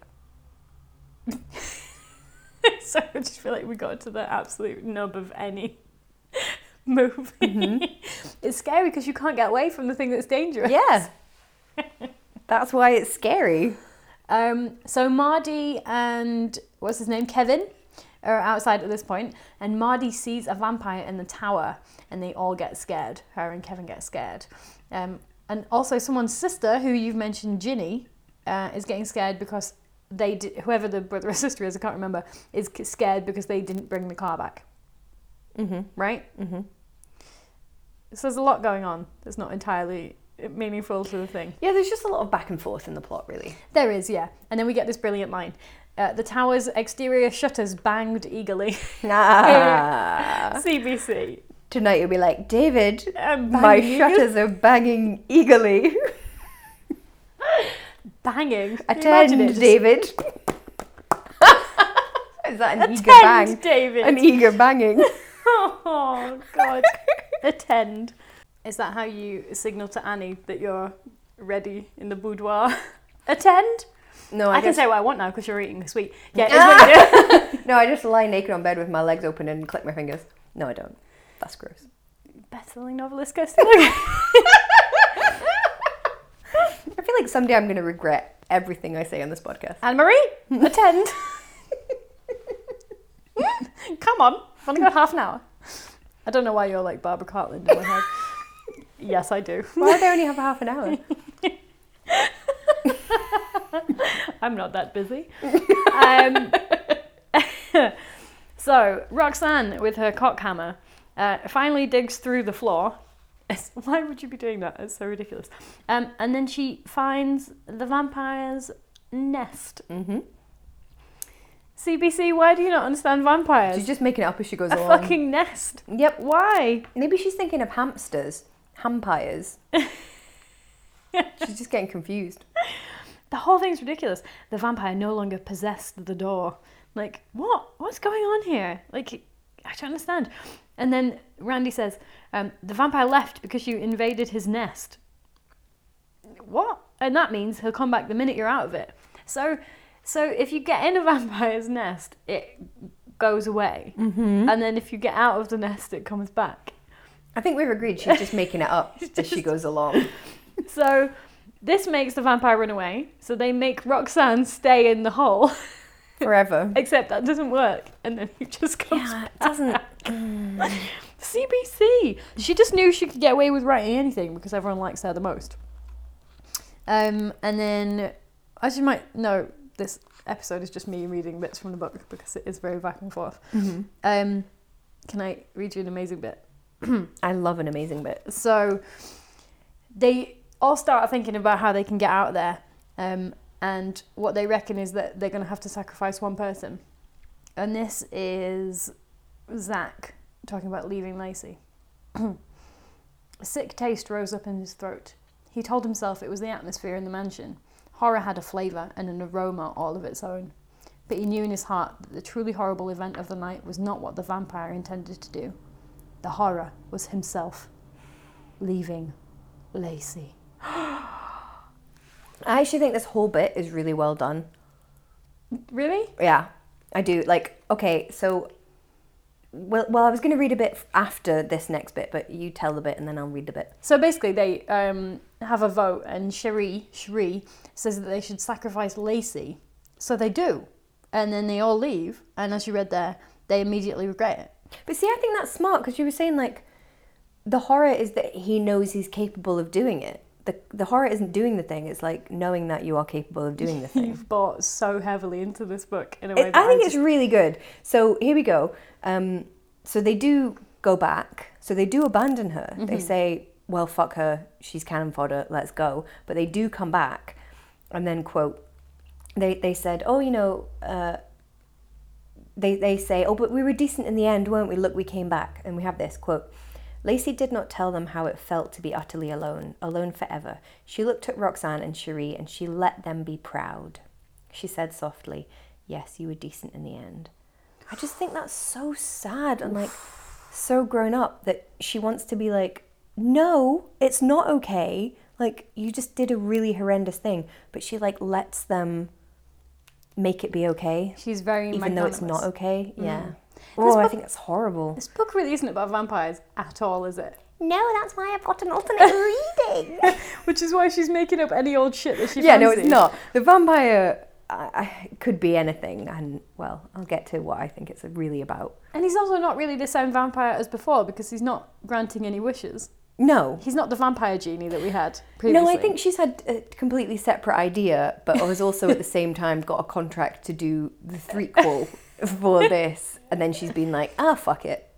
A: so I just feel like we got to the absolute nub of any movie.
B: Mm-hmm.
A: it's scary because you can't get away from the thing that's dangerous.
B: Yeah. That's why it's scary.
A: Um, so Mardy and what's his name, Kevin, are outside at this point, and Mardy sees a vampire in the tower, and they all get scared. Her and Kevin get scared, um, and also someone's sister, who you've mentioned, Ginny, uh, is getting scared because they di- whoever the brother or sister is, I can't remember, is c- scared because they didn't bring the car back.
B: Mm-hmm.
A: Right.
B: Mhm.
A: So there's a lot going on that's not entirely meaningful to the thing.
B: Yeah, there's just a lot of back and forth in the plot, really.
A: There is, yeah. And then we get this brilliant line. Uh, the tower's exterior shutters banged eagerly.
B: Nah.
A: CBC.
B: Tonight you'll be like, David,
A: Um,
B: my
A: Uh, banging.
B: shutters are banging eagerly.
A: Banging. Can you
B: Attend,
A: imagine it? Just
B: David. Is that an eager
A: Attend,
B: bang?
A: David.
B: An eager banging.
A: oh, God. Attend. Is that how you signal to Annie that you're ready in the boudoir? Attend.
B: No,
A: I, Ah!
B: I,
A: can
B: just,
A: say what I want now because you're eating a sweet. Yeah, it's what you do.
B: no, I just lie naked on bed with my legs open and click my fingers. No, I don't. That's gross.
A: Best-selling novelist goes to the-
B: I feel like someday I'm going to regret everything I say on this podcast.
A: Anne-Marie, attend. Come on, I've only got half an hour. I don't know why you're like Barbara Cartland in my head. yes, I do.
B: Why do I only have half an hour?
A: I'm not that busy. um, so Roxanne, with her cock hammer, uh, finally digs through the floor. It's- Why would you be doing that? It's so ridiculous. Um, and then she finds the vampire's nest.
B: Mm-hmm.
A: CBC, why do you not understand vampires?
B: She's just making it up as she goes
A: a
B: along.
A: fucking nest.
B: Yep.
A: Why?
B: Maybe she's thinking of hamsters, hampires. she's just getting confused.
A: The whole thing's ridiculous. The vampire no longer possessed the door. Like, what? What's going on here? Like, I don't understand. And then Randy says, um, the vampire left because you invaded his nest. What? And that means he'll come back the minute you're out of it. So, so if you get in a vampire's nest, it goes away, and then if you get out of the nest, it comes back.
B: I think we've agreed she's just making it up as she goes along.
A: So this makes the vampire run away. So they make Roxanne stay in the hole.
B: Forever.
A: Except that doesn't work, and then he just comes.
B: Yeah, it doesn't.
A: CBC. She just knew she could get away with writing anything because everyone likes her the most. Um, and then, as you might know, this episode is just me reading bits from the book because it is very back and forth.
B: Mm-hmm.
A: Um, can I read you an amazing bit?
B: I love an amazing bit.
A: So they all start thinking about how they can get out of there. Um, and what they reckon is that they're going to have to sacrifice one person. And this is Zach talking about leaving Lacey. A sick taste rose up in his throat. He told himself it was the atmosphere in the mansion. Horror had a flavour and an aroma all of its own. But he knew in his heart that the truly horrible event of the night was not what the vampire intended to do. The horror was himself leaving Lacey.
B: I actually think this whole bit is really well done.
A: Really?
B: Yeah, I do. Like, okay, so. Well, well, I was going to read a bit after this next bit, but you tell the bit and then I'll read the bit.
A: So basically, they um, have a vote, and Cherie, Cherie says that they should sacrifice Lacey. So they do. And then they all leave. And as you read there, they immediately regret it.
B: But see, I think that's smart because you were saying like the horror is that he knows he's capable of doing it. The the horror isn't doing the thing; it's like knowing that you are capable of doing the thing.
A: You've bought so heavily into this book in a way
B: It-
A: that
B: I think
A: I'm
B: it's really good. So here we go. Um, so they do go back. So they do abandon her. They say, "Well, fuck her. She's cannon fodder. Let's go." But they do come back, and then quote, they they said, "Oh, you know." Uh, they, they say, oh, but we were decent in the end, weren't we? Look, we came back. And we have this quote Lacey did not tell them how it felt to be utterly alone, alone forever. She looked at Roxanne and Cherie and she let them be proud. She said softly, Yes, you were decent in the end. I just think that's so sad and like so grown up that she wants to be like, No, it's not okay. Like, you just did a really horrendous thing. But she like lets them make it be okay
A: She's very
B: even though it's not
A: magnanimous.
B: okay. Yeah.
A: This
B: Oh, I
A: book-
B: think that's horrible.
A: This book really isn't about vampires at all, is it?
B: No, that's why I've got an alternate reading.
A: Which is why she's making up any old shit that she
B: yeah, no, it's
A: fancies.
B: not. The vampire I, I, could be anything, and well, I'll get to what I think it's really about.
A: And he's also not really the same vampire as before because he's not granting any wishes.
B: No.
A: He's not the vampire genie that we had previously.
B: No, I think she's had a completely separate idea, but has also at the same time got a contract to do the threequel for this, and then she's been like, ah, fuck it.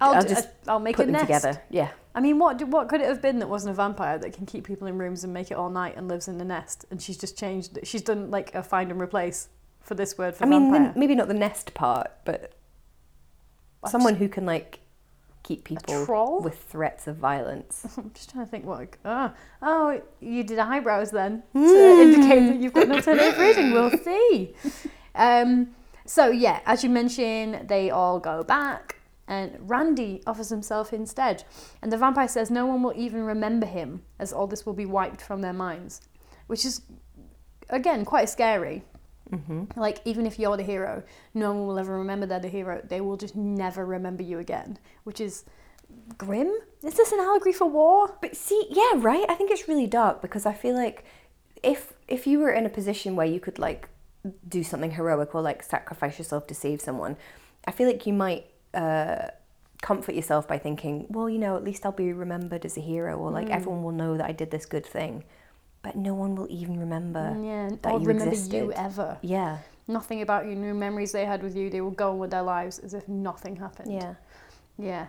A: I'll,
B: I'll
A: d-
B: just
A: I'll make
B: Put
A: a
B: them
A: nest.
B: together. Yeah.
A: I mean, what do- what could it have been that wasn't a vampire that can keep people in rooms and make it all night and lives in a nest? And she's just changed. She's done like a find and replace for this word for
B: I mean,
A: vampire.
B: the, maybe not the nest part, but
A: What?
B: someone who can, like, keep
A: a
B: people
A: troll.
B: with threats of violence.
A: I'm just trying to think. What? Oh, oh you did eyebrows then
B: Hmm.
A: to indicate that you've got an alternative reading. We'll see. Um, so yeah, as you mentioned, they all go back, and Randy offers himself instead. And the vampire says no one will even remember him, as all this will be wiped from their minds, which is again quite scary.
B: Mm-hmm.
A: Like even if you're the hero, no one will ever remember they're the hero. They will just never remember you again, which is grim. Is this an allegory for war?
B: But see, yeah, right. I think it's really dark because I feel like if if you were in a position where you could like do something heroic or like sacrifice yourself to save someone, I feel like you might uh, comfort yourself by thinking, well, you know, at least I'll be remembered as a hero, or
A: Hmm.
B: like everyone will know that I did this good thing. But no one will even remember.
A: Yeah,
B: Uh, that
A: or
B: you
A: remember you
B: existed.
A: ever.
B: Yeah,
A: Nothing about you, no memories they had with you. They will go on with their lives as if nothing happened.
B: yeah.
A: Yeah.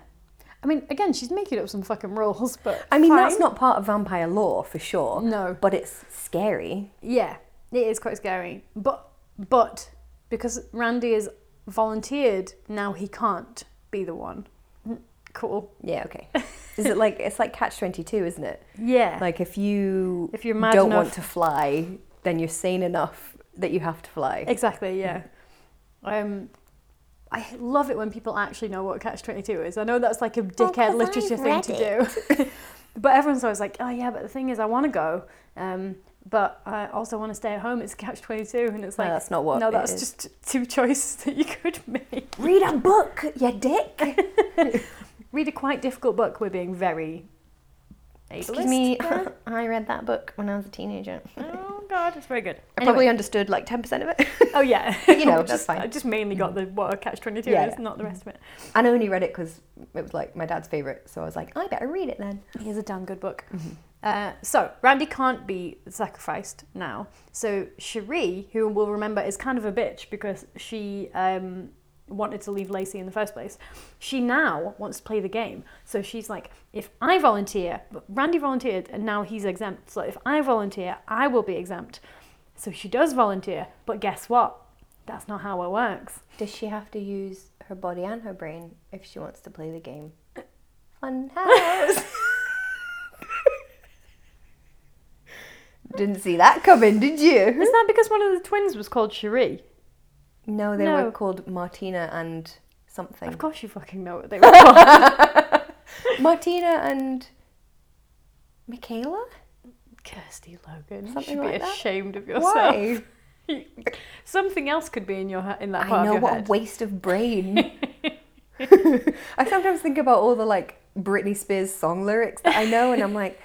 A: I mean, again, she's making up some fucking rules, but
B: I mean,
A: fine.
B: that's not part of vampire lore for sure.
A: No.
B: but it's scary.
A: Yeah, it is quite scary. But but because Randy has volunteered, now he can't be the one. Cool.
B: Yeah, okay. Is it like it's like Catch Twenty Two, isn't it?
A: Yeah.
B: Like if you
A: If you're mad
B: don't
A: enough-
B: want to fly, then you're sane enough that you have to fly.
A: Exactly, yeah. Um, I love it when people actually know what Catch 22 is. I know that's like a dickhead
B: Oh, 'cause
A: literature
B: I've
A: thing to do. but everyone's always like, oh, yeah, but the thing is, I want to go. Um, but I also want to stay at home. It's Catch 22. And it's
B: No,
A: like,
B: that's not what
A: No,
B: it
A: that's
B: is.
A: just two choices that you could make.
B: Read a book, you dick.
A: Read a quite difficult book. We're being very ableist. there.
B: I read that book when I was a teenager.
A: oh, God, it's very good.
B: I
A: Anyway.
B: probably understood like ten percent of it,
A: Oh, yeah.
B: You know,
A: Just-
B: that's fine.
A: I just mainly got the what a Catch 22
B: Yeah,
A: is,
B: yeah.
A: not the rest of it.
B: and I only read it because it was like my dad's favorite. So I was like, I better read it then.
A: He is a damn good book. Uh, so Randy can't be sacrificed now. So Cherie, who we'll remember is kind of a bitch because she um, wanted to leave Lacey in the first place, she now wants to play the game. So she's like, if I volunteer, but Randy volunteered and now he's exempt. So if I volunteer, I will be exempt. So she does volunteer, but guess what? That's not how it works.
B: Does she have to use her body and her brain if she wants to play the game? Fun house. Didn't see that coming, did you?
A: Is that because one of the twins was called Cherie?
B: No, they
A: No.
B: were called Martina and something.
A: Of course you fucking know what they were called.
B: Martina and Michaela?
A: Kirsty Logan, you
B: Something
A: should be
B: like that?
A: ashamed of yourself.
B: Why?
A: Something else could be in your he- in that part
B: I know
A: of your
B: what
A: head.
B: a waste of brain. I sometimes think about all the like Britney Spears song lyrics that I know and I'm like,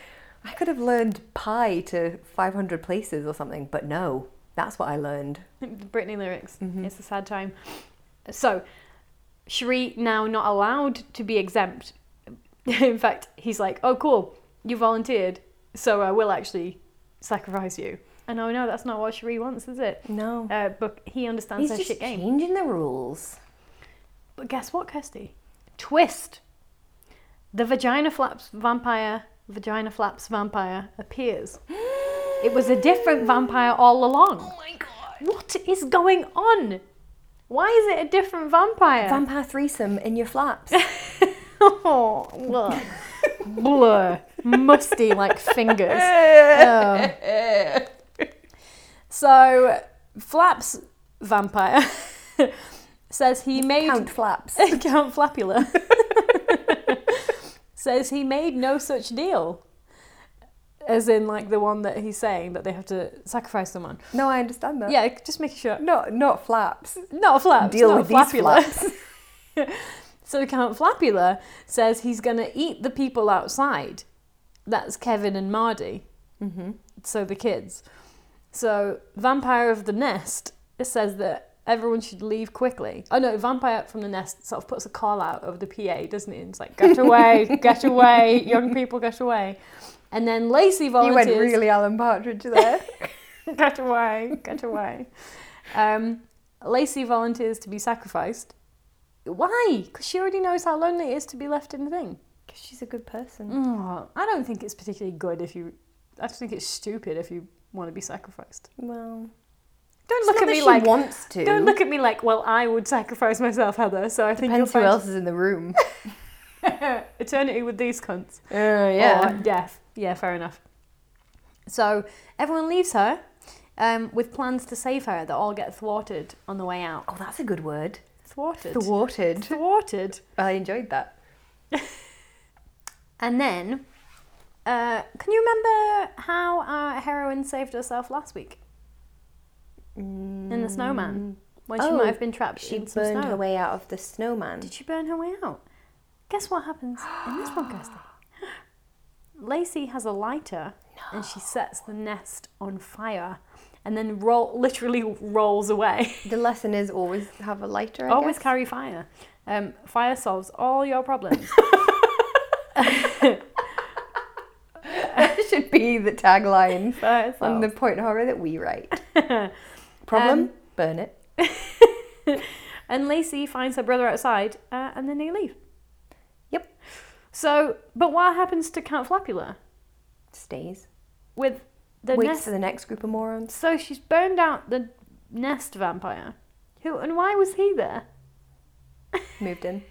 B: I could have learned pi to 500 places or something, but no. That's what I learned.
A: the Britney lyrics.
B: Mm-hmm.
A: It's a sad time. So, Cherie now not allowed to be exempt. in fact, he's like, "Oh, cool, you volunteered, so I will actually sacrifice you." And oh no, that's not what Cherie wants, is it?
B: No.
A: Uh, but he understands
B: Mm. He's
A: her
B: just
A: shit game.
B: changing the rules.
A: But guess what, Kirsty? Twist. The vagina flaps vampire, vagina flaps vampire appears. It was a different vampire all along. Oh my god. What is going on? Why is it a different vampire?
B: Vampire threesome in your flaps.
A: oh, blur. blur. Musty like fingers. Oh. So, Flaps vampire says he made.
B: Count flaps.
A: Count Flapula says he made no such deal. As in, like the one that he's saying that they have to sacrifice someone.
B: No, I understand that.
A: Yeah, just making sure.
B: No, not flaps.
A: Not flaps.
B: Deal
A: not
B: with these
A: flapula.
B: flaps.
A: so Count Flapula says he's going to eat the people outside. That's Kevin and Mardy.
B: Mm-hmm.
A: so the kids. So Vampire of the Nest says that everyone should leave quickly. Oh no, Vampire from the Nest sort of puts a call out over the PA, doesn't he? And it's like, get away, get away, young people, get away. And then Lacey
B: You
A: volunteers.
B: went really Alan Partridge there.
A: get away, get away. Um, Lacey volunteers to be sacrificed. Why? Because she already knows how lonely it is to be left in the thing.
B: Because she's a good person.
A: Oh, I don't think it's particularly good if you. I just think it's stupid if you want to be sacrificed.
B: Well,
A: Don't
B: it's
A: look
B: not
A: at
B: that
A: me
B: she
A: like
B: wants to.
A: Don't look at me like, well, I would sacrifice myself, Heather. So I think
B: Depends who
A: you'll
B: else is in the room.
A: find eternity with these cunts.
B: Uh, yeah.
A: Or death. Yeah, fair enough. So everyone leaves her um, with plans to save her that all get thwarted on the way out.
B: Oh, that's a good word.
A: Thwarted.
B: Thwarted.
A: Thwarted.
B: I enjoyed that.
A: And then, uh, can you remember how our heroine saved herself last week in the snowman? When she
B: Oh,
A: might have been trapped
B: She
A: in some
B: burned
A: snow.
B: her way out of the snowman.
A: Did she burn her way out? Guess what happens in this one, Kirsty? Lacey has a lighter and she sets the nest on fire and then roll, literally rolls away.
B: The lesson is always have a lighter. I
A: Always
B: guess.
A: carry fire. Um, fire solves all your problems.
B: That should be the tagline
A: Fire
B: on the
A: solves.
B: point horror that we write. Um, Problem? burn it.
A: and Lacey finds her brother outside uh, and then they leave.
B: Yep.
A: So, but what happens to Count Flapula
B: Stays.
A: with the
B: Waits
A: nest?
B: for the next group of morons.
A: So she's burned out the nest vampire. Who and why was he there?
B: Moved in.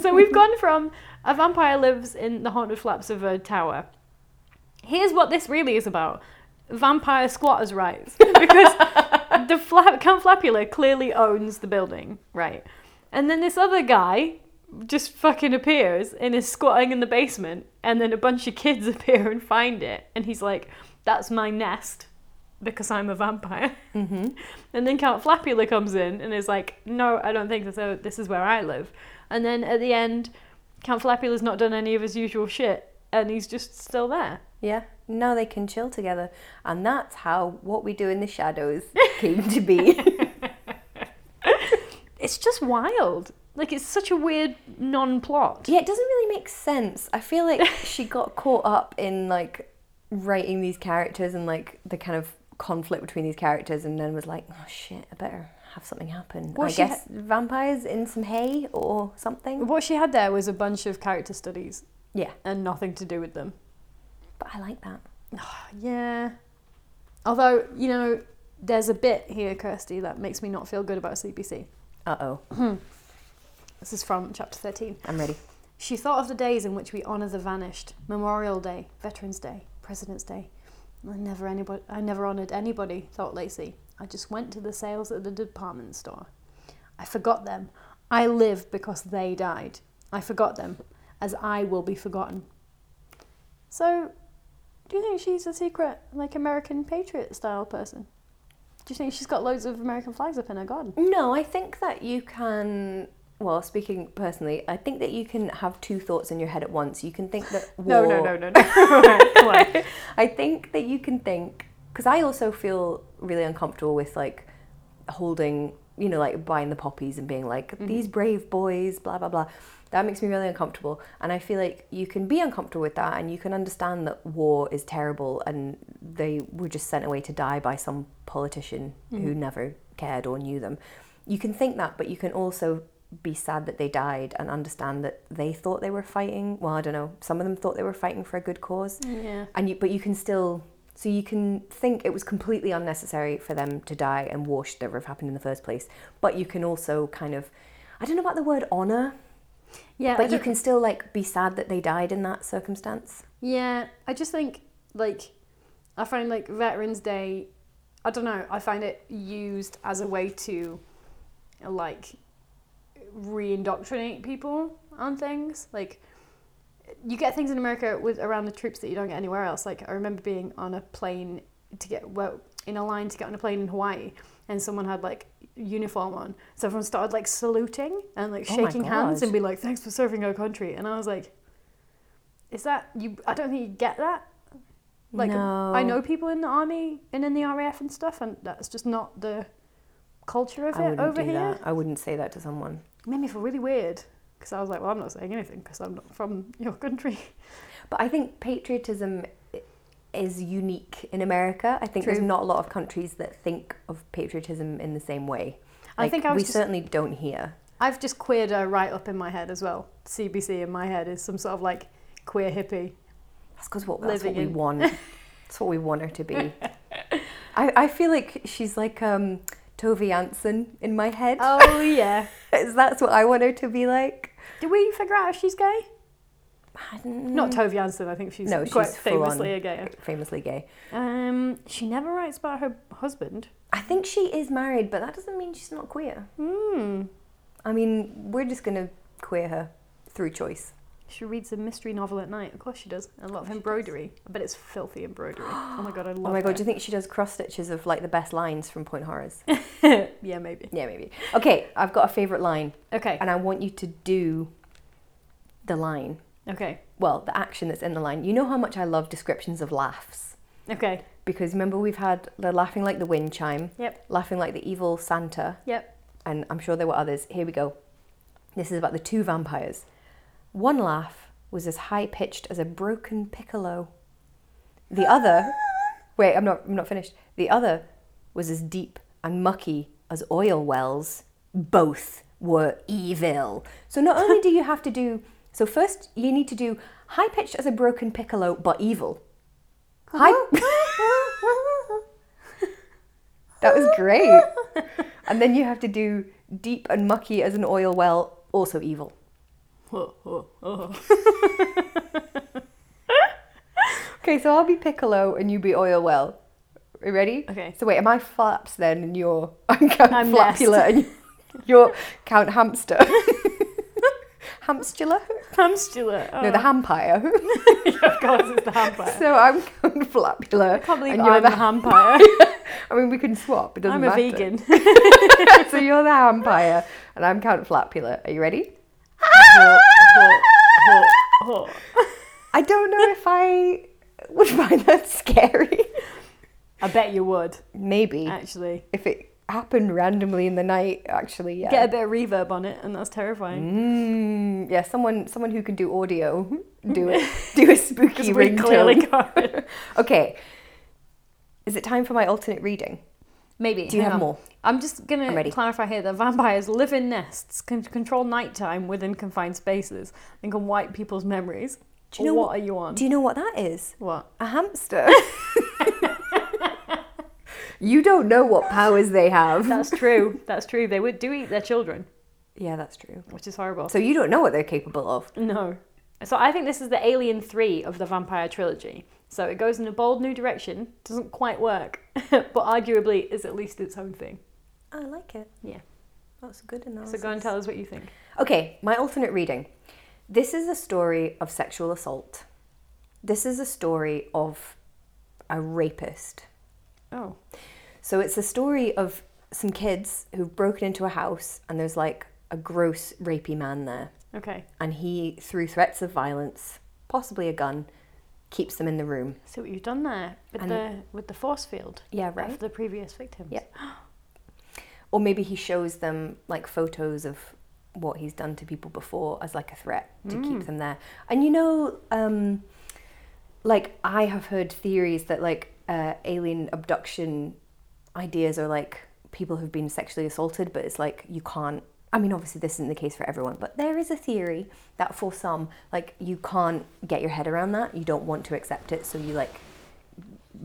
A: so we've gone from a vampire lives in the haunted flaps of a tower. Here's what this really is about: vampire squatters' rights, because the fla- Count Flapula clearly owns the building, right? And then this other guy just fucking appears and is squatting in the basement, and then a bunch of kids appear and find it, and he's like, "That's my nest." Because I'm a vampire,
B: Mm-hmm.
A: and then Count Flapula comes in and is like, "No, I don't think so. This is where I live." And then at the end, Count Flapula's not done any of his usual shit, and he's just still there.
B: Yeah. Now they can chill together, and that's how what we do in the shadows came to be.
A: It's just wild. Like it's such a weird non-plot.
B: yeah, it doesn't really make sense. I feel like she got caught up in like writing these characters and like the kind of conflict between these characters, and then was like, oh shit, I better have something happen.
A: Well,
B: I
A: she
B: guess vampires in some hay or something.
A: What she had there was a bunch of character studies
B: Yeah,
A: and nothing to do with them.
B: but I like that.
A: Yeah. Although you know, there's a bit here, Kirsty, that makes me not feel good about CBC.
B: Uh oh,
A: This is from chapter thirteen.
B: I'm ready.
A: She thought of the days in which we honour the vanished Memorial Day, Veterans Day, President's Day. I never, anybody, I never honoured anybody, thought Lacey. I just went to the sales at the department store. I forgot them. I live because they died. I forgot them, as I will be forgotten. So, do you think she's a secret, like American patriot style person? Do you think she's got loads of American flags up in her garden?
B: No, I think that you can. Well, speaking personally, I think that you can have two thoughts in your head at once. You can think that war.
A: no, no.
B: I think that you can think because I also feel really uncomfortable with like holding, you know, like buying the poppies and being like these brave boys, blah blah blah. That makes me really uncomfortable, and I feel like you can be uncomfortable with that, and you can understand that war is terrible, and they were just sent away to die by some politician who never cared or knew them. You can think that, but you can also be sad that they died and understand that they thought they were fighting. Well, I don't know. Some of them thought they were fighting for a good cause
A: yeah.
B: and you, but you can still so you can think it was completely unnecessary for them to die and war should never have happened in the first place but you can also kind of i don't know about the word honor
A: Yeah, I
B: but you
A: don't-
B: can still like be sad that they died in that circumstance
A: Yeah, I just think like I find like Veterans Day, I don't know, I find it used as a way to like re-indoctrinate people on things. Like you get things in America with around the troops that you don't get anywhere else. Like I remember being on a plane to get well, in a line to get on a plane in Hawaii, and someone had like uniform on, so everyone started like saluting and like
B: Oh my
A: shaking hands
B: God.
A: and be like, "Thanks for serving our country," and I was like, "Is that you? I don't think you get that." Like
B: No.
A: I know people in the army and in the RAF and stuff, and that's just not the culture of
B: I
A: it
B: wouldn't
A: over
B: do
A: here.
B: that. I wouldn't say that to someone.
A: It made me feel really weird because I was like, well, I'm not saying anything because I'm not from your country.
B: But I think patriotism i- is unique in America. I think there's
A: True.
B: not a lot of countries that think of patriotism in the same way.
A: I
B: Like,
A: think I was
B: we
A: just-
B: certainly don't here.
A: I've just queered her right up in my head as well. CBC in my head is some sort of like queer hippie.
B: That's because what, that's what
A: Living
B: we
A: in-
B: want. that's what we want her to be. I, I feel like she's like um, Tove Jansson in my head.
A: Oh yeah.
B: That's what I want her to be like.
A: Did we figure out if she's gay?
B: Not
A: Not Tove Jansson. I think she's
B: Mm. No,
A: quite
B: she's full
A: famously
B: on.
A: a gay.
B: Hmm. famously gay.
A: Um, she never writes about her husband.
B: I think she is married, but that doesn't mean she's not queer.
A: Hmm.
B: I mean, we're just gonna queer her through choice.
A: She reads a mystery novel at night. Of course she does. And a lot of embroidery. I bet it's filthy embroidery. Oh my god, I love
B: oh my god, do you
A: it.
B: think she does cross stitches of like the best lines from Point Horrors?
A: yeah, maybe.
B: yeah, maybe. Okay, I've got a favorite line,
A: Okay.
B: and I want you to do the line.
A: Okay.
B: Well, the action that's in the line. You know how much I love descriptions of laughs.
A: Okay.
B: Because remember, we've had the laughing like the wind chime,
A: Yep.
B: laughing like the evil Santa,
A: Yep.
B: and I'm sure there were others. Here we go. This is about the two vampires. One laugh was as high pitched as a broken piccolo. The other, wait, I'm not, I'm not finished. The other was as deep and mucky as oil wells. Both were evil. So not only do you have to do, so first you need to do high pitched as a broken piccolo, but evil. High. that was great. And then you have to do deep and mucky as an oil well, also evil. Okay, so I'll be Piccolo and you be oil well. You ready?
A: Okay.
B: So wait, am I Flaps then and you're I'm Count
A: I'm
B: Flapula
A: Nest.
B: and you're Count Hamster? Hamstula?
A: I'm Stuart. Oh.
B: No, the Hampire.
A: of course, it's the vampire.
B: so I'm Count Flapula.
A: I can't believe
B: and you're
A: I'm
B: the
A: the vampire.
B: I mean, we can swap. It doesn't
A: I'm a
B: matter.
A: vegan.
B: so you're the Hampire and I'm Count Flapula. Are you ready? I don't know if I would find that scary.
A: I bet you would,
B: Maybe.
A: actually.
B: if it happened randomly in the night, actually, yeah.
A: Get a bit of reverb on it, and that's terrifying.
B: Mm, yeah, someone someone who can do audio, do it. Do a spooky
A: Because we clearly
B: ringtone.
A: got it.
B: Okay. Is it time for my alternate reading?
A: Maybe.
B: Do you
A: hang
B: have
A: on.
B: more?
A: I'm just
B: I'm
A: going to
B: ready.
A: clarify here that vampires live in nests, can control nighttime within confined spaces, and can wipe people's memories.
B: Do you know
A: what,
B: what-
A: are you on?
B: Do you know what that is?
A: what?
B: A hamster. you don't know what powers they have.
A: That's true. That's true. They would do eat their children,
B: yeah, that's true.
A: which is horrible.
B: So you don't know what they're capable of.
A: No. So I think this is the Alien 3 of the vampire trilogy. So it goes in a bold new direction, doesn't quite work, but arguably is at least its own thing.
B: I like it.
A: Yeah.
B: That's good enough.
A: So go and tell us what you think.
B: Okay, my alternate reading. This is a story of sexual assault. This is a story of a rapist.
A: Oh.
B: So it's a story of some kids who've broken into a house and there's like a gross rapey man there.
A: Okay.
B: And he, through threats of violence, possibly a gun, keeps them in the room.
A: See what you've done there with
B: And-
A: the with the force field
B: Yeah,
A: of the previous victims.
B: Yeah. Or maybe he shows them like photos of what he's done to people before as like a threat to
A: Mm.
B: keep them there. And you know, um, like I have heard theories that like uh, alien abduction ideas are like people who've been sexually assaulted, but it's like you can't. I mean, obviously, this isn't the case for everyone, but there is a theory that for some, like, you can't get your head around that. You don't want to accept it, so you like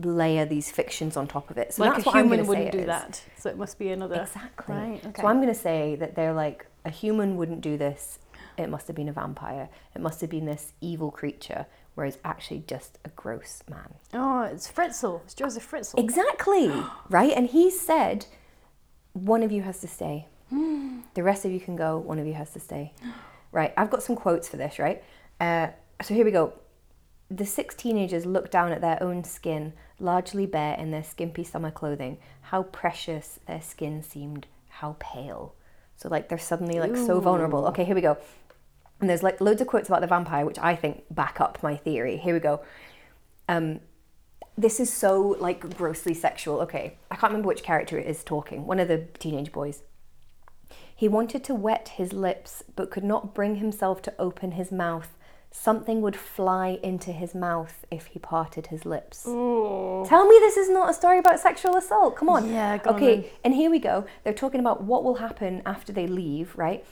B: layer these fictions on top of it. So
A: like
B: that's
A: a
B: what I'm
A: human
B: gonna say
A: wouldn't
B: it
A: do
B: is.
A: that. So it must be another
B: Exactly.
A: Right, okay.
B: So I'm going to say that they're like, a human wouldn't do this. It must have been a vampire. It must have been this evil creature, whereas actually just a gross man.
A: Oh, it's Fritzl. It's Joseph Fritzl.
B: Exactly. right? And he said, one of you has to stay. the rest of you can go. One of you has to stay. Right. I've got some quotes for this, right? Uh, so here we go. The six teenagers looked down at their own skin, largely bare in their skimpy summer clothing. How precious their skin seemed, how pale. So, like, they're suddenly, like, so vulnerable. Okay, here we go. And there's, like, loads of quotes about the vampire, which I think back up my theory. Here we go. Um, this is so, like, grossly sexual. Okay, I can't remember which character it is talking. One of the teenage boys. He wanted to wet his lips, but could not bring himself to open his mouth. Something would fly into his mouth if he parted his lips. Tell me this is not a story about sexual assault. Come on.
A: Yeah, go on
B: Okay,
A: then.
B: and here we go. They're talking about what will happen after they leave, right?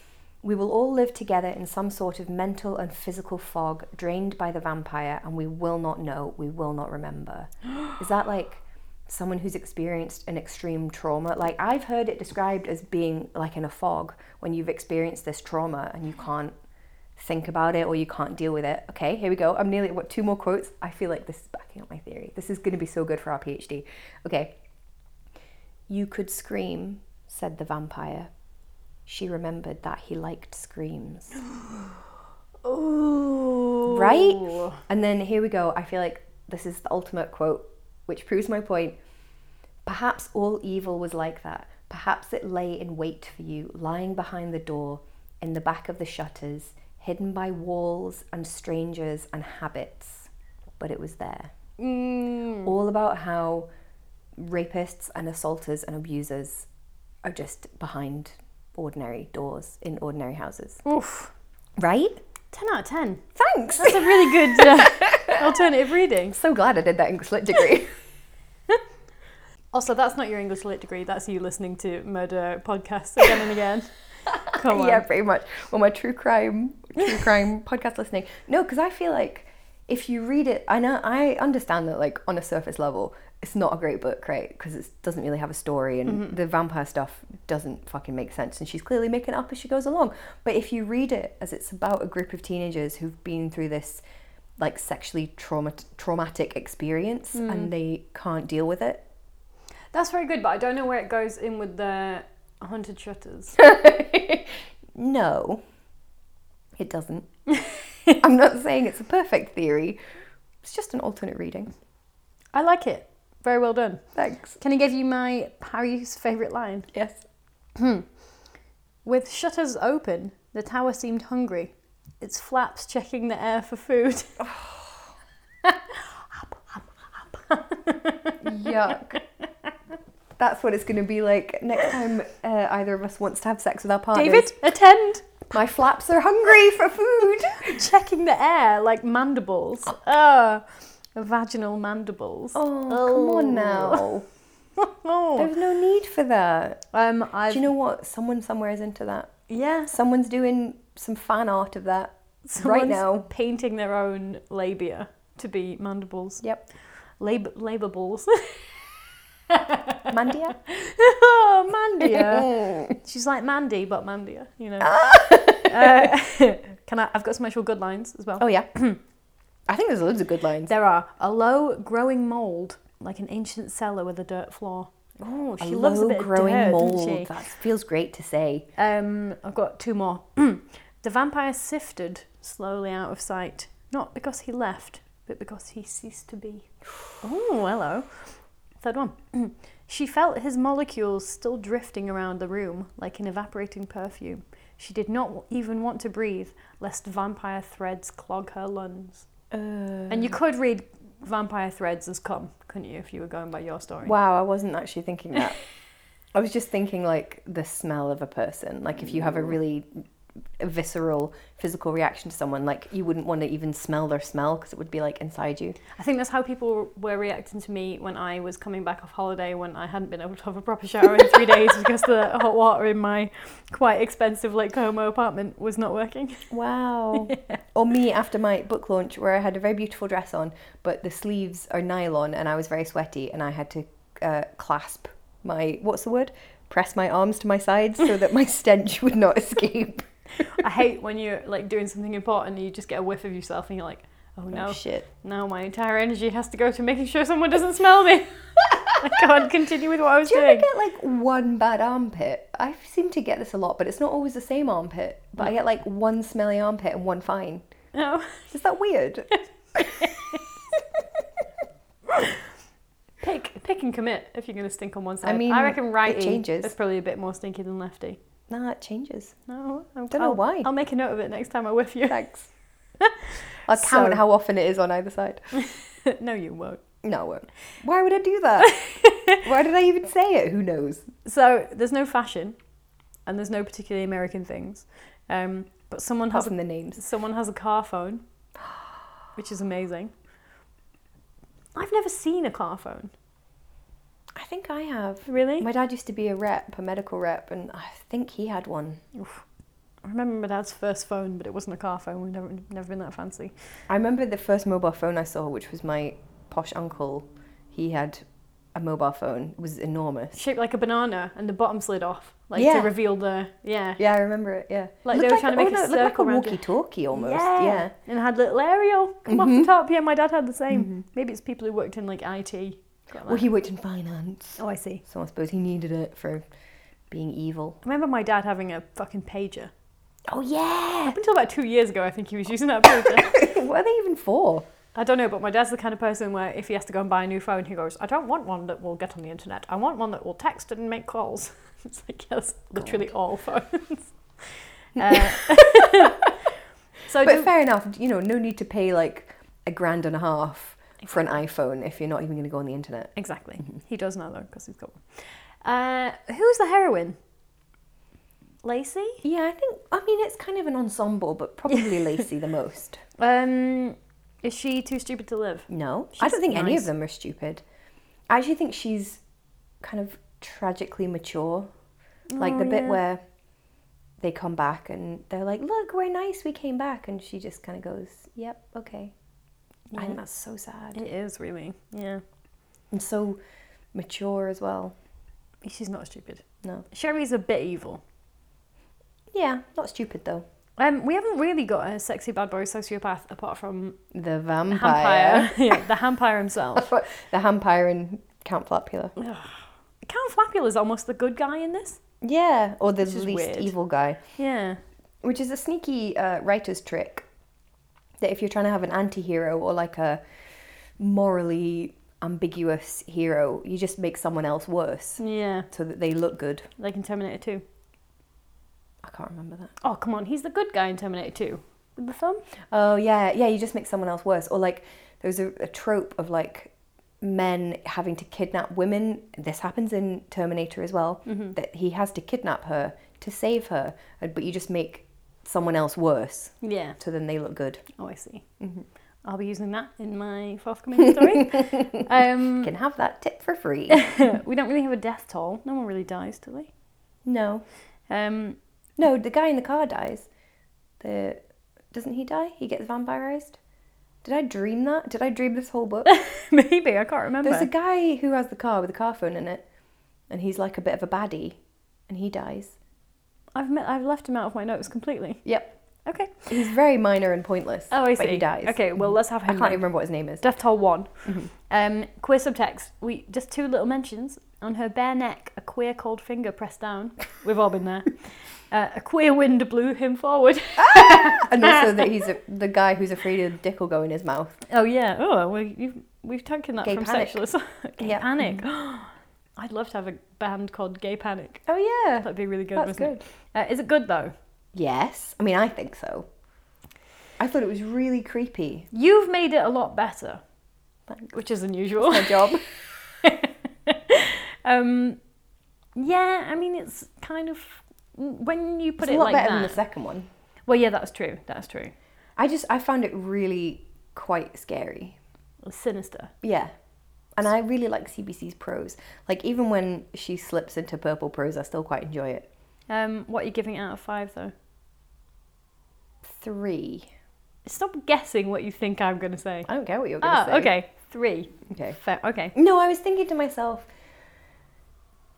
B: We will all live together in some sort of mental and physical fog, drained by the vampire, and we will not know, we will not remember. Is that like someone who's experienced an extreme trauma? Like, I've heard it described as being like in a fog when you've experienced this trauma and you can't think about it or you can't deal with it. Okay, here we go. I'm nearly what two more quotes. I feel like this is backing up my theory. This is going to be so good for our PhD. Okay. You could scream, said the vampire. She remembered that he liked screams.
A: Ooh.
B: Right? And then here we go. I feel like this is the ultimate quote, which proves my point. Perhaps all evil was like that. Perhaps it lay in wait for you, lying behind the door, in the back of the shutters, hidden by walls and strangers and habits. But it was there. All about how rapists and assaulters and abusers are just behind ordinary doors in ordinary houses.
A: Oof.
B: Right?
A: 10 out of 10.
B: Thanks.
A: That's a really good uh, alternative reading.
B: So glad I did that English lit degree.
A: Also, that's not your English lit degree. That's you listening to murder podcasts again and again. Come on.
B: yeah, pretty much. Well, my true crime, true crime podcast listening. No, because I feel like if you read it, I know I understand that like on a surface level, it's not a great book, right? Because it doesn't really have a story, and
A: Mm-hmm.
B: the vampire stuff doesn't fucking make sense. And she's clearly making it up as she goes along. But if you read it as it's about a group of teenagers who've been through this like sexually trauma- traumatic experience
A: Mm.
B: and they can't deal with it
A: That's very good, but I don't know where it goes in with the haunted shutters.
B: No, it doesn't. I'm not saying it's a perfect theory. It's just an alternate reading.
A: I like it. Very well done.
B: Thanks.
A: Can I give you my Harry's favourite line?
B: Yes.
A: With shutters open, the tower seemed hungry, its flaps checking the air for food.
B: Yuck. That's what it's going to be like next time uh, either of us wants to have sex with our partners.
A: David, attend!
B: my flaps are hungry for food.
A: Checking the air like mandibles. Ah, vaginal mandibles.
B: Oh, come on now.
A: Oh.
B: There's no need for that.
A: Um,
B: Do
A: I've.
B: you know what? Someone somewhere is into that.
A: yes.
B: Someone's doing some fan art of that right
A: someone's
B: now.
A: Painting their own labia to be mandibles.
B: Yep.
A: Lab- labor balls.
B: Mandia.
A: oh, Mandia. She's like Mandy, but Mandia, you know. uh, can I? I've got some actual good lines as well.
B: Oh yeah. I think there's loads of good lines.
A: There are a low growing mold, like an ancient cellar with a dirt floor. Oh, she loves a bit
B: growing
A: of dirt,
B: mold.
A: Doesn't she?
B: That feels great to say.
A: Um, I've got two more. the vampire sifted slowly out of sight, not because he left, but because he ceased to be. Oh, hello. Third one. she felt his molecules still drifting around the room like an evaporating perfume. She did not w- even want to breathe, lest vampire threads clog her lungs. and you could read vampire threads as come, couldn't you, if you were going by your story?
B: Wow, I wasn't actually thinking that. I was just thinking like the smell of a person. Like if you have a
A: Mm.
B: really visceral physical reaction to someone, like you wouldn't want to even smell their smell because it would be like inside you.
A: I think that's how people were reacting to me when I was coming back off holiday when I hadn't been able to have a proper shower in three days because the hot water in my quite expensive Lake Como apartment was not working.
B: Wow. Or me after my book launch where I had a very beautiful dress on, but the sleeves are nylon and I was very sweaty and I had to uh, clasp my, what's the word? Press my arms to my sides so that my stench would not escape.
A: I hate when you're like doing something important and you just get a whiff of yourself and you're like, oh
B: Oh,
A: no,
B: shit.
A: now my entire energy has to go to making sure someone doesn't smell me. I can't continue with what I was
B: Do you
A: doing.
B: ever get like one bad armpit? I seem to get this a lot, but it's not always the same armpit. But I get like one smelly armpit and one fine.
A: No.
B: Is that weird?
A: Pick, pick and commit if you're going to stink on one side. I
B: mean,
A: mean, I reckon
B: it
A: righty
B: changes.
A: is probably a bit more stinky than lefty.
B: Nah, it changes.
A: No, I
B: Don't know why.
A: I'll make a note of it next time I whiff you.
B: Thanks. I'll count
A: So-
B: how often it is on either side.
A: no, you won't.
B: No, I won't. Why would I do that? Why did I even say it? Who knows?
A: Mm-hmm. So there's no fashion, and there's no particularly American things, um, but someone
B: Apart
A: has a,
B: from the names.
A: someone has a car phone, which is amazing. I've never seen a car phone.
B: I think I have.
A: Really?
B: My dad used to be a rep, a medical rep, and I think he had one.
A: I remember my dad's first phone, but it wasn't a car phone. We've never, never been that fancy.
B: I remember the first mobile phone I saw, which was my posh uncle. He had a mobile phone. It was enormous.
A: Shaped like a banana, and the bottom slid off, like
B: Yeah.
A: to reveal the yeah.
B: Yeah, I remember it. Yeah,
A: Like
B: Looked
A: they were trying to make
B: oh
A: a
B: no, it looked like a
A: circle round it.
B: walkie-talkie almost. Yeah.
A: And it had little aerial come off the top. Yeah, my dad had the same. Maybe it's people who worked in like IT. got
B: Well,
A: that.
B: he worked in finance,
A: oh, I see.
B: so I suppose he needed it for being evil.
A: I remember my dad having a fucking pager.
B: Oh yeah.
A: Up until about two years ago, I think he was using that pager.
B: what are they even for?
A: I don't know, but my dad's the kind of person where if he has to go and buy a new phone, he goes, I don't want one that will get on the internet. I want one that will text and make calls. It's like, yes, literally all phones. Uh, so, I
B: But
A: do-
B: fair enough. You know, no need to pay like a grand and a half for an iPhone if you're not even going to go on the internet.
A: exactly. He does know, though, because he's got one. Uh, who's the heroine? Lacey?
B: Yeah, I think. I mean, it's kind of an ensemble, but probably Lacey the most.
A: Um, is she too stupid to live?
B: No, I
A: She's
B: don't think any of
A: nice.
B: them are stupid. I actually think she's kind of tragically mature. Like the
A: Oh,
B: bit
A: yeah.
B: where they come back and they're like, "Look, we're nice. We came back," and she just kind of goes, "Yep, okay." I think that's so sad
A: It is, really. Yeah.
B: and so mature as well.
A: She's not stupid.
B: No,
A: Sherry's a bit evil.
B: yeah, not stupid though.
A: Um, we haven't really got a sexy bad boy sociopath apart from
B: The
A: the
B: vampire,
A: vampire. yeah, the vampire himself.
B: the vampire in Count Flapula.
A: Count Flapula is almost the good guy in this.
B: Yeah, or the
A: Which is
B: least
A: weird.
B: evil guy.
A: Yeah.
B: which is a sneaky uh, writer's trick that if you're trying to have an anti-hero or like a morally ambiguous hero you just make someone else worse
A: Yeah.
B: so that they look good
A: Like in Terminator 2.
B: i can't remember that
A: Oh, come on. He's the good guy in Terminator 2. With the thumb?
B: oh yeah yeah you just make someone else worse or like there's a, a trope of like men having to kidnap women this happens in terminator as well that he has to kidnap her to save her uh, but you just make someone else worse
A: Yeah.
B: so then they look good
A: Oh, I see.
B: Mm-hmm.
A: I'll be using that in my forthcoming story. um,
B: can have that tip for free
A: we don't really have a death toll. No one really dies, do they?
B: no
A: Um,
B: No, the guy in the car dies. The doesn't he die? He gets vampirized. Did I dream that? Did I dream this whole book?
A: maybe. I can't remember.
B: There's a guy who has the car with a car phone in it, and he's like a bit of a baddie, and he dies.
A: I've, met, I've left him out of my notes completely.
B: Yep,
A: Okay.
B: he's very minor and pointless.
A: Oh, I see.
B: But he dies.
A: Okay, well, let's have
B: I
A: him.
B: can't
A: then.
B: even remember what his name is.
A: Death Toll One.
B: Mm-hmm.
A: Um, queer subtext. We just two little mentions on her bare neck. A queer cold finger pressed down. We've all been there. Uh, a queer wind blew him forward.
B: and also that he's a, the guy who's afraid a dick will go in his mouth.
A: oh yeah. Oh, well, you've, we've taken that
B: Gay
A: from
B: panic.
A: sexual assault. Gay
B: Yeah. Mm-hmm.
A: panic. I'd love to have a band called Gay Panic.
B: Oh yeah,
A: That'd be really good.
B: that's
A: wouldn't
B: good.
A: It? Uh, is it good though?
B: Yes, I mean I think so. I thought it was really creepy.
A: You've made it a lot better,
B: Thanks.
A: which is unusual.
B: My job.
A: Um, yeah, I mean it's kind of when you put
B: it's
A: it
B: a lot
A: like
B: better
A: that.
B: than the second one.
A: Well, yeah, that's true. That's true.
B: I just I found it really quite scary.
A: Sinister.
B: Yeah. And I really like CBC's prose. Like even when she slips into purple prose, I still quite enjoy it.
A: Um, what are you giving it out of five, though?
B: Three.
A: Stop guessing what you think I'm going to say.
B: I don't care what you're gonna
A: Ah,
B: say.
A: okay. Three.
B: Okay.
A: Fair. Okay.
B: No, I was thinking to myself,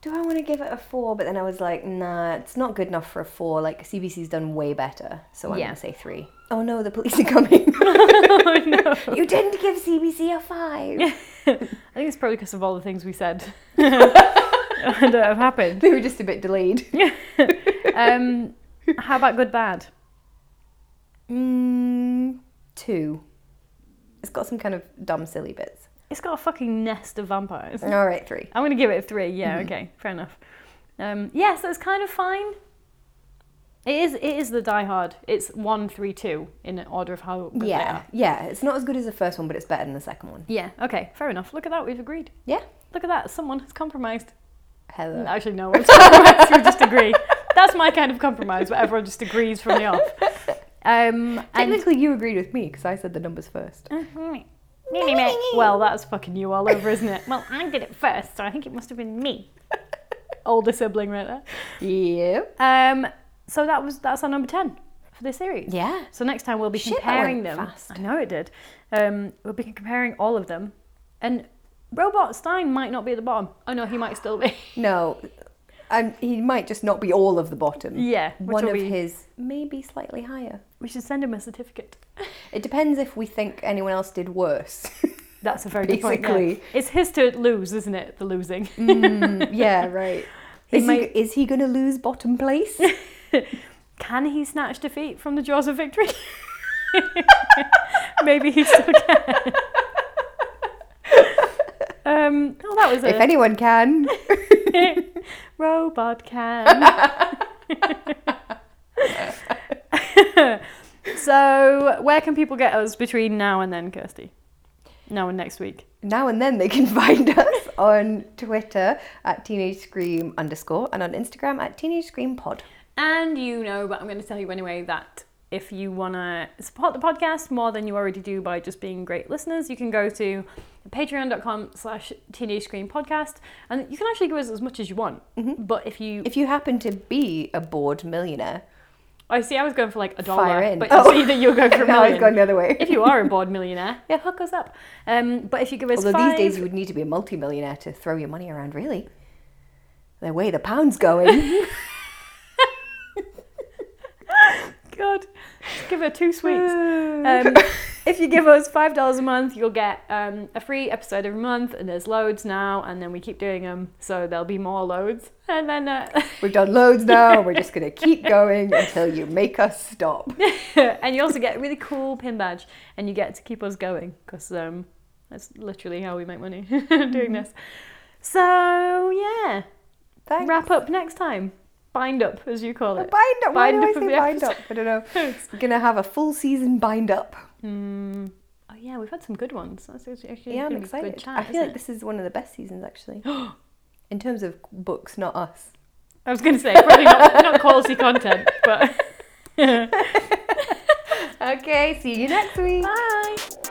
B: do I want to give it a four? But then I was like, nah, it's not good enough for a four. Like CBC's done way better, so I'm
A: Yeah.
B: gonna say three. Oh no, the police are coming.
A: oh, no.
B: you didn't give CBC a five.
A: I think it's probably because of all the things we said that have happened.
B: They were just a bit delayed.
A: Um, how about good bad?
B: Mm, two. It's got some kind of dumb, silly bits.
A: It's got a fucking nest of vampires.
B: All right, three.
A: I'm gonna give it a three. Yeah,
B: Hmm.
A: okay, fair enough. Um, yeah, so it's kind of fine. It is. It is the Die Hard. It's one, three, two in order of how. good they
B: Yeah,
A: are.
B: yeah. It's not as good as the first one, but it's better than the second one.
A: Yeah. Okay. Fair enough. Look at that. We've agreed.
B: Yeah.
A: Look at that. Someone has compromised.
B: Hello.
A: Actually, no one's compromised. We just agree. That's my kind of compromise, where everyone just agrees from the off. Um, and
B: Technically, you agreed with me because I said the numbers first.
A: well, that's fucking you all over, isn't it? Well, I did it first, so I think it must have been me. Older sibling, right there.
B: Oh. Yep.
A: Um, so that was that's our number ten for this series.
B: Yeah.
A: So next time we'll be
B: Shit, that
A: comparing
B: went
A: them.
B: fast.
A: I know it did. Um, we'll be comparing all of them, and Robot Stein might not be at the bottom. Oh no, he might still be.
B: No, um, he might just not be all of the bottom.
A: yeah, which
B: One
A: will
B: of
A: be-
B: his maybe slightly higher.
A: We should send him a certificate.
B: It depends if we think anyone else did worse.
A: That's a very good point. yeah.
B: Basically.
A: It's his to lose, isn't it? The losing.
B: Mm, yeah, right.
A: He
B: Is he,
A: might-
B: is he going to lose bottom place?
A: Can he snatch defeat from the jaws of victory? Maybe he still can. um, oh, that was
B: if
A: it.
B: anyone can.
A: Robot can. so, where can people get us between now and then, Kirsty? Now and next week.
B: Now and then they can find us on Twitter at teenage scream underscore and on Instagram at teenage scream pod.
A: And you know, but I'm going to tell you anyway that if you want to support the podcast more than you already do by just being great listeners, you can go to patreon.com slash teenage screen podcast and you can actually give us as much as you want. But if you,
B: Mm-hmm. If you happen to be a bored millionaire,
A: I see I was going for like a dollar,
B: Fire in.
A: but
B: Oh.
A: I see that you're going for a
B: now I've
A: million.
B: gone the other way.
A: if you are a bored millionaire, yeah, hook us up. Um, but if you give us
B: Although
A: five,
B: these days you would need to be a multimillionaire to throw your money around, really. The way the pound's going.
A: God, just give her two sweets. Um, if you give us five dollars a month, you'll get um, a free episode every month, and there's loads now, and then we keep doing them, so there'll be more loads, and then uh,
B: We've done loads now. We're just going to keep going until you make us stop.
A: and you also get a really cool pin badge, and you get to keep us going because um, that's literally how we make money
B: Mm-hmm.
A: doing this. So yeah,
B: Thanks.
A: wrap up next time. Bind up, as you call
B: A
A: it.
B: bind up. Why
A: Bind up
B: do I
A: of the
B: say bind up? I don't know. We're going to have a full season bind up.
A: Mm. Oh yeah, we've had some good ones. That's actually actually
B: Yeah,
A: gonna
B: I'm
A: be a good
B: excited.
A: chat,
B: I feel
A: isn't
B: like
A: it?
B: this is one of the best seasons, actually. In terms of books, not us.
A: I was gonna say probably not, not quality content, but
B: Okay, see you next week.
A: bye.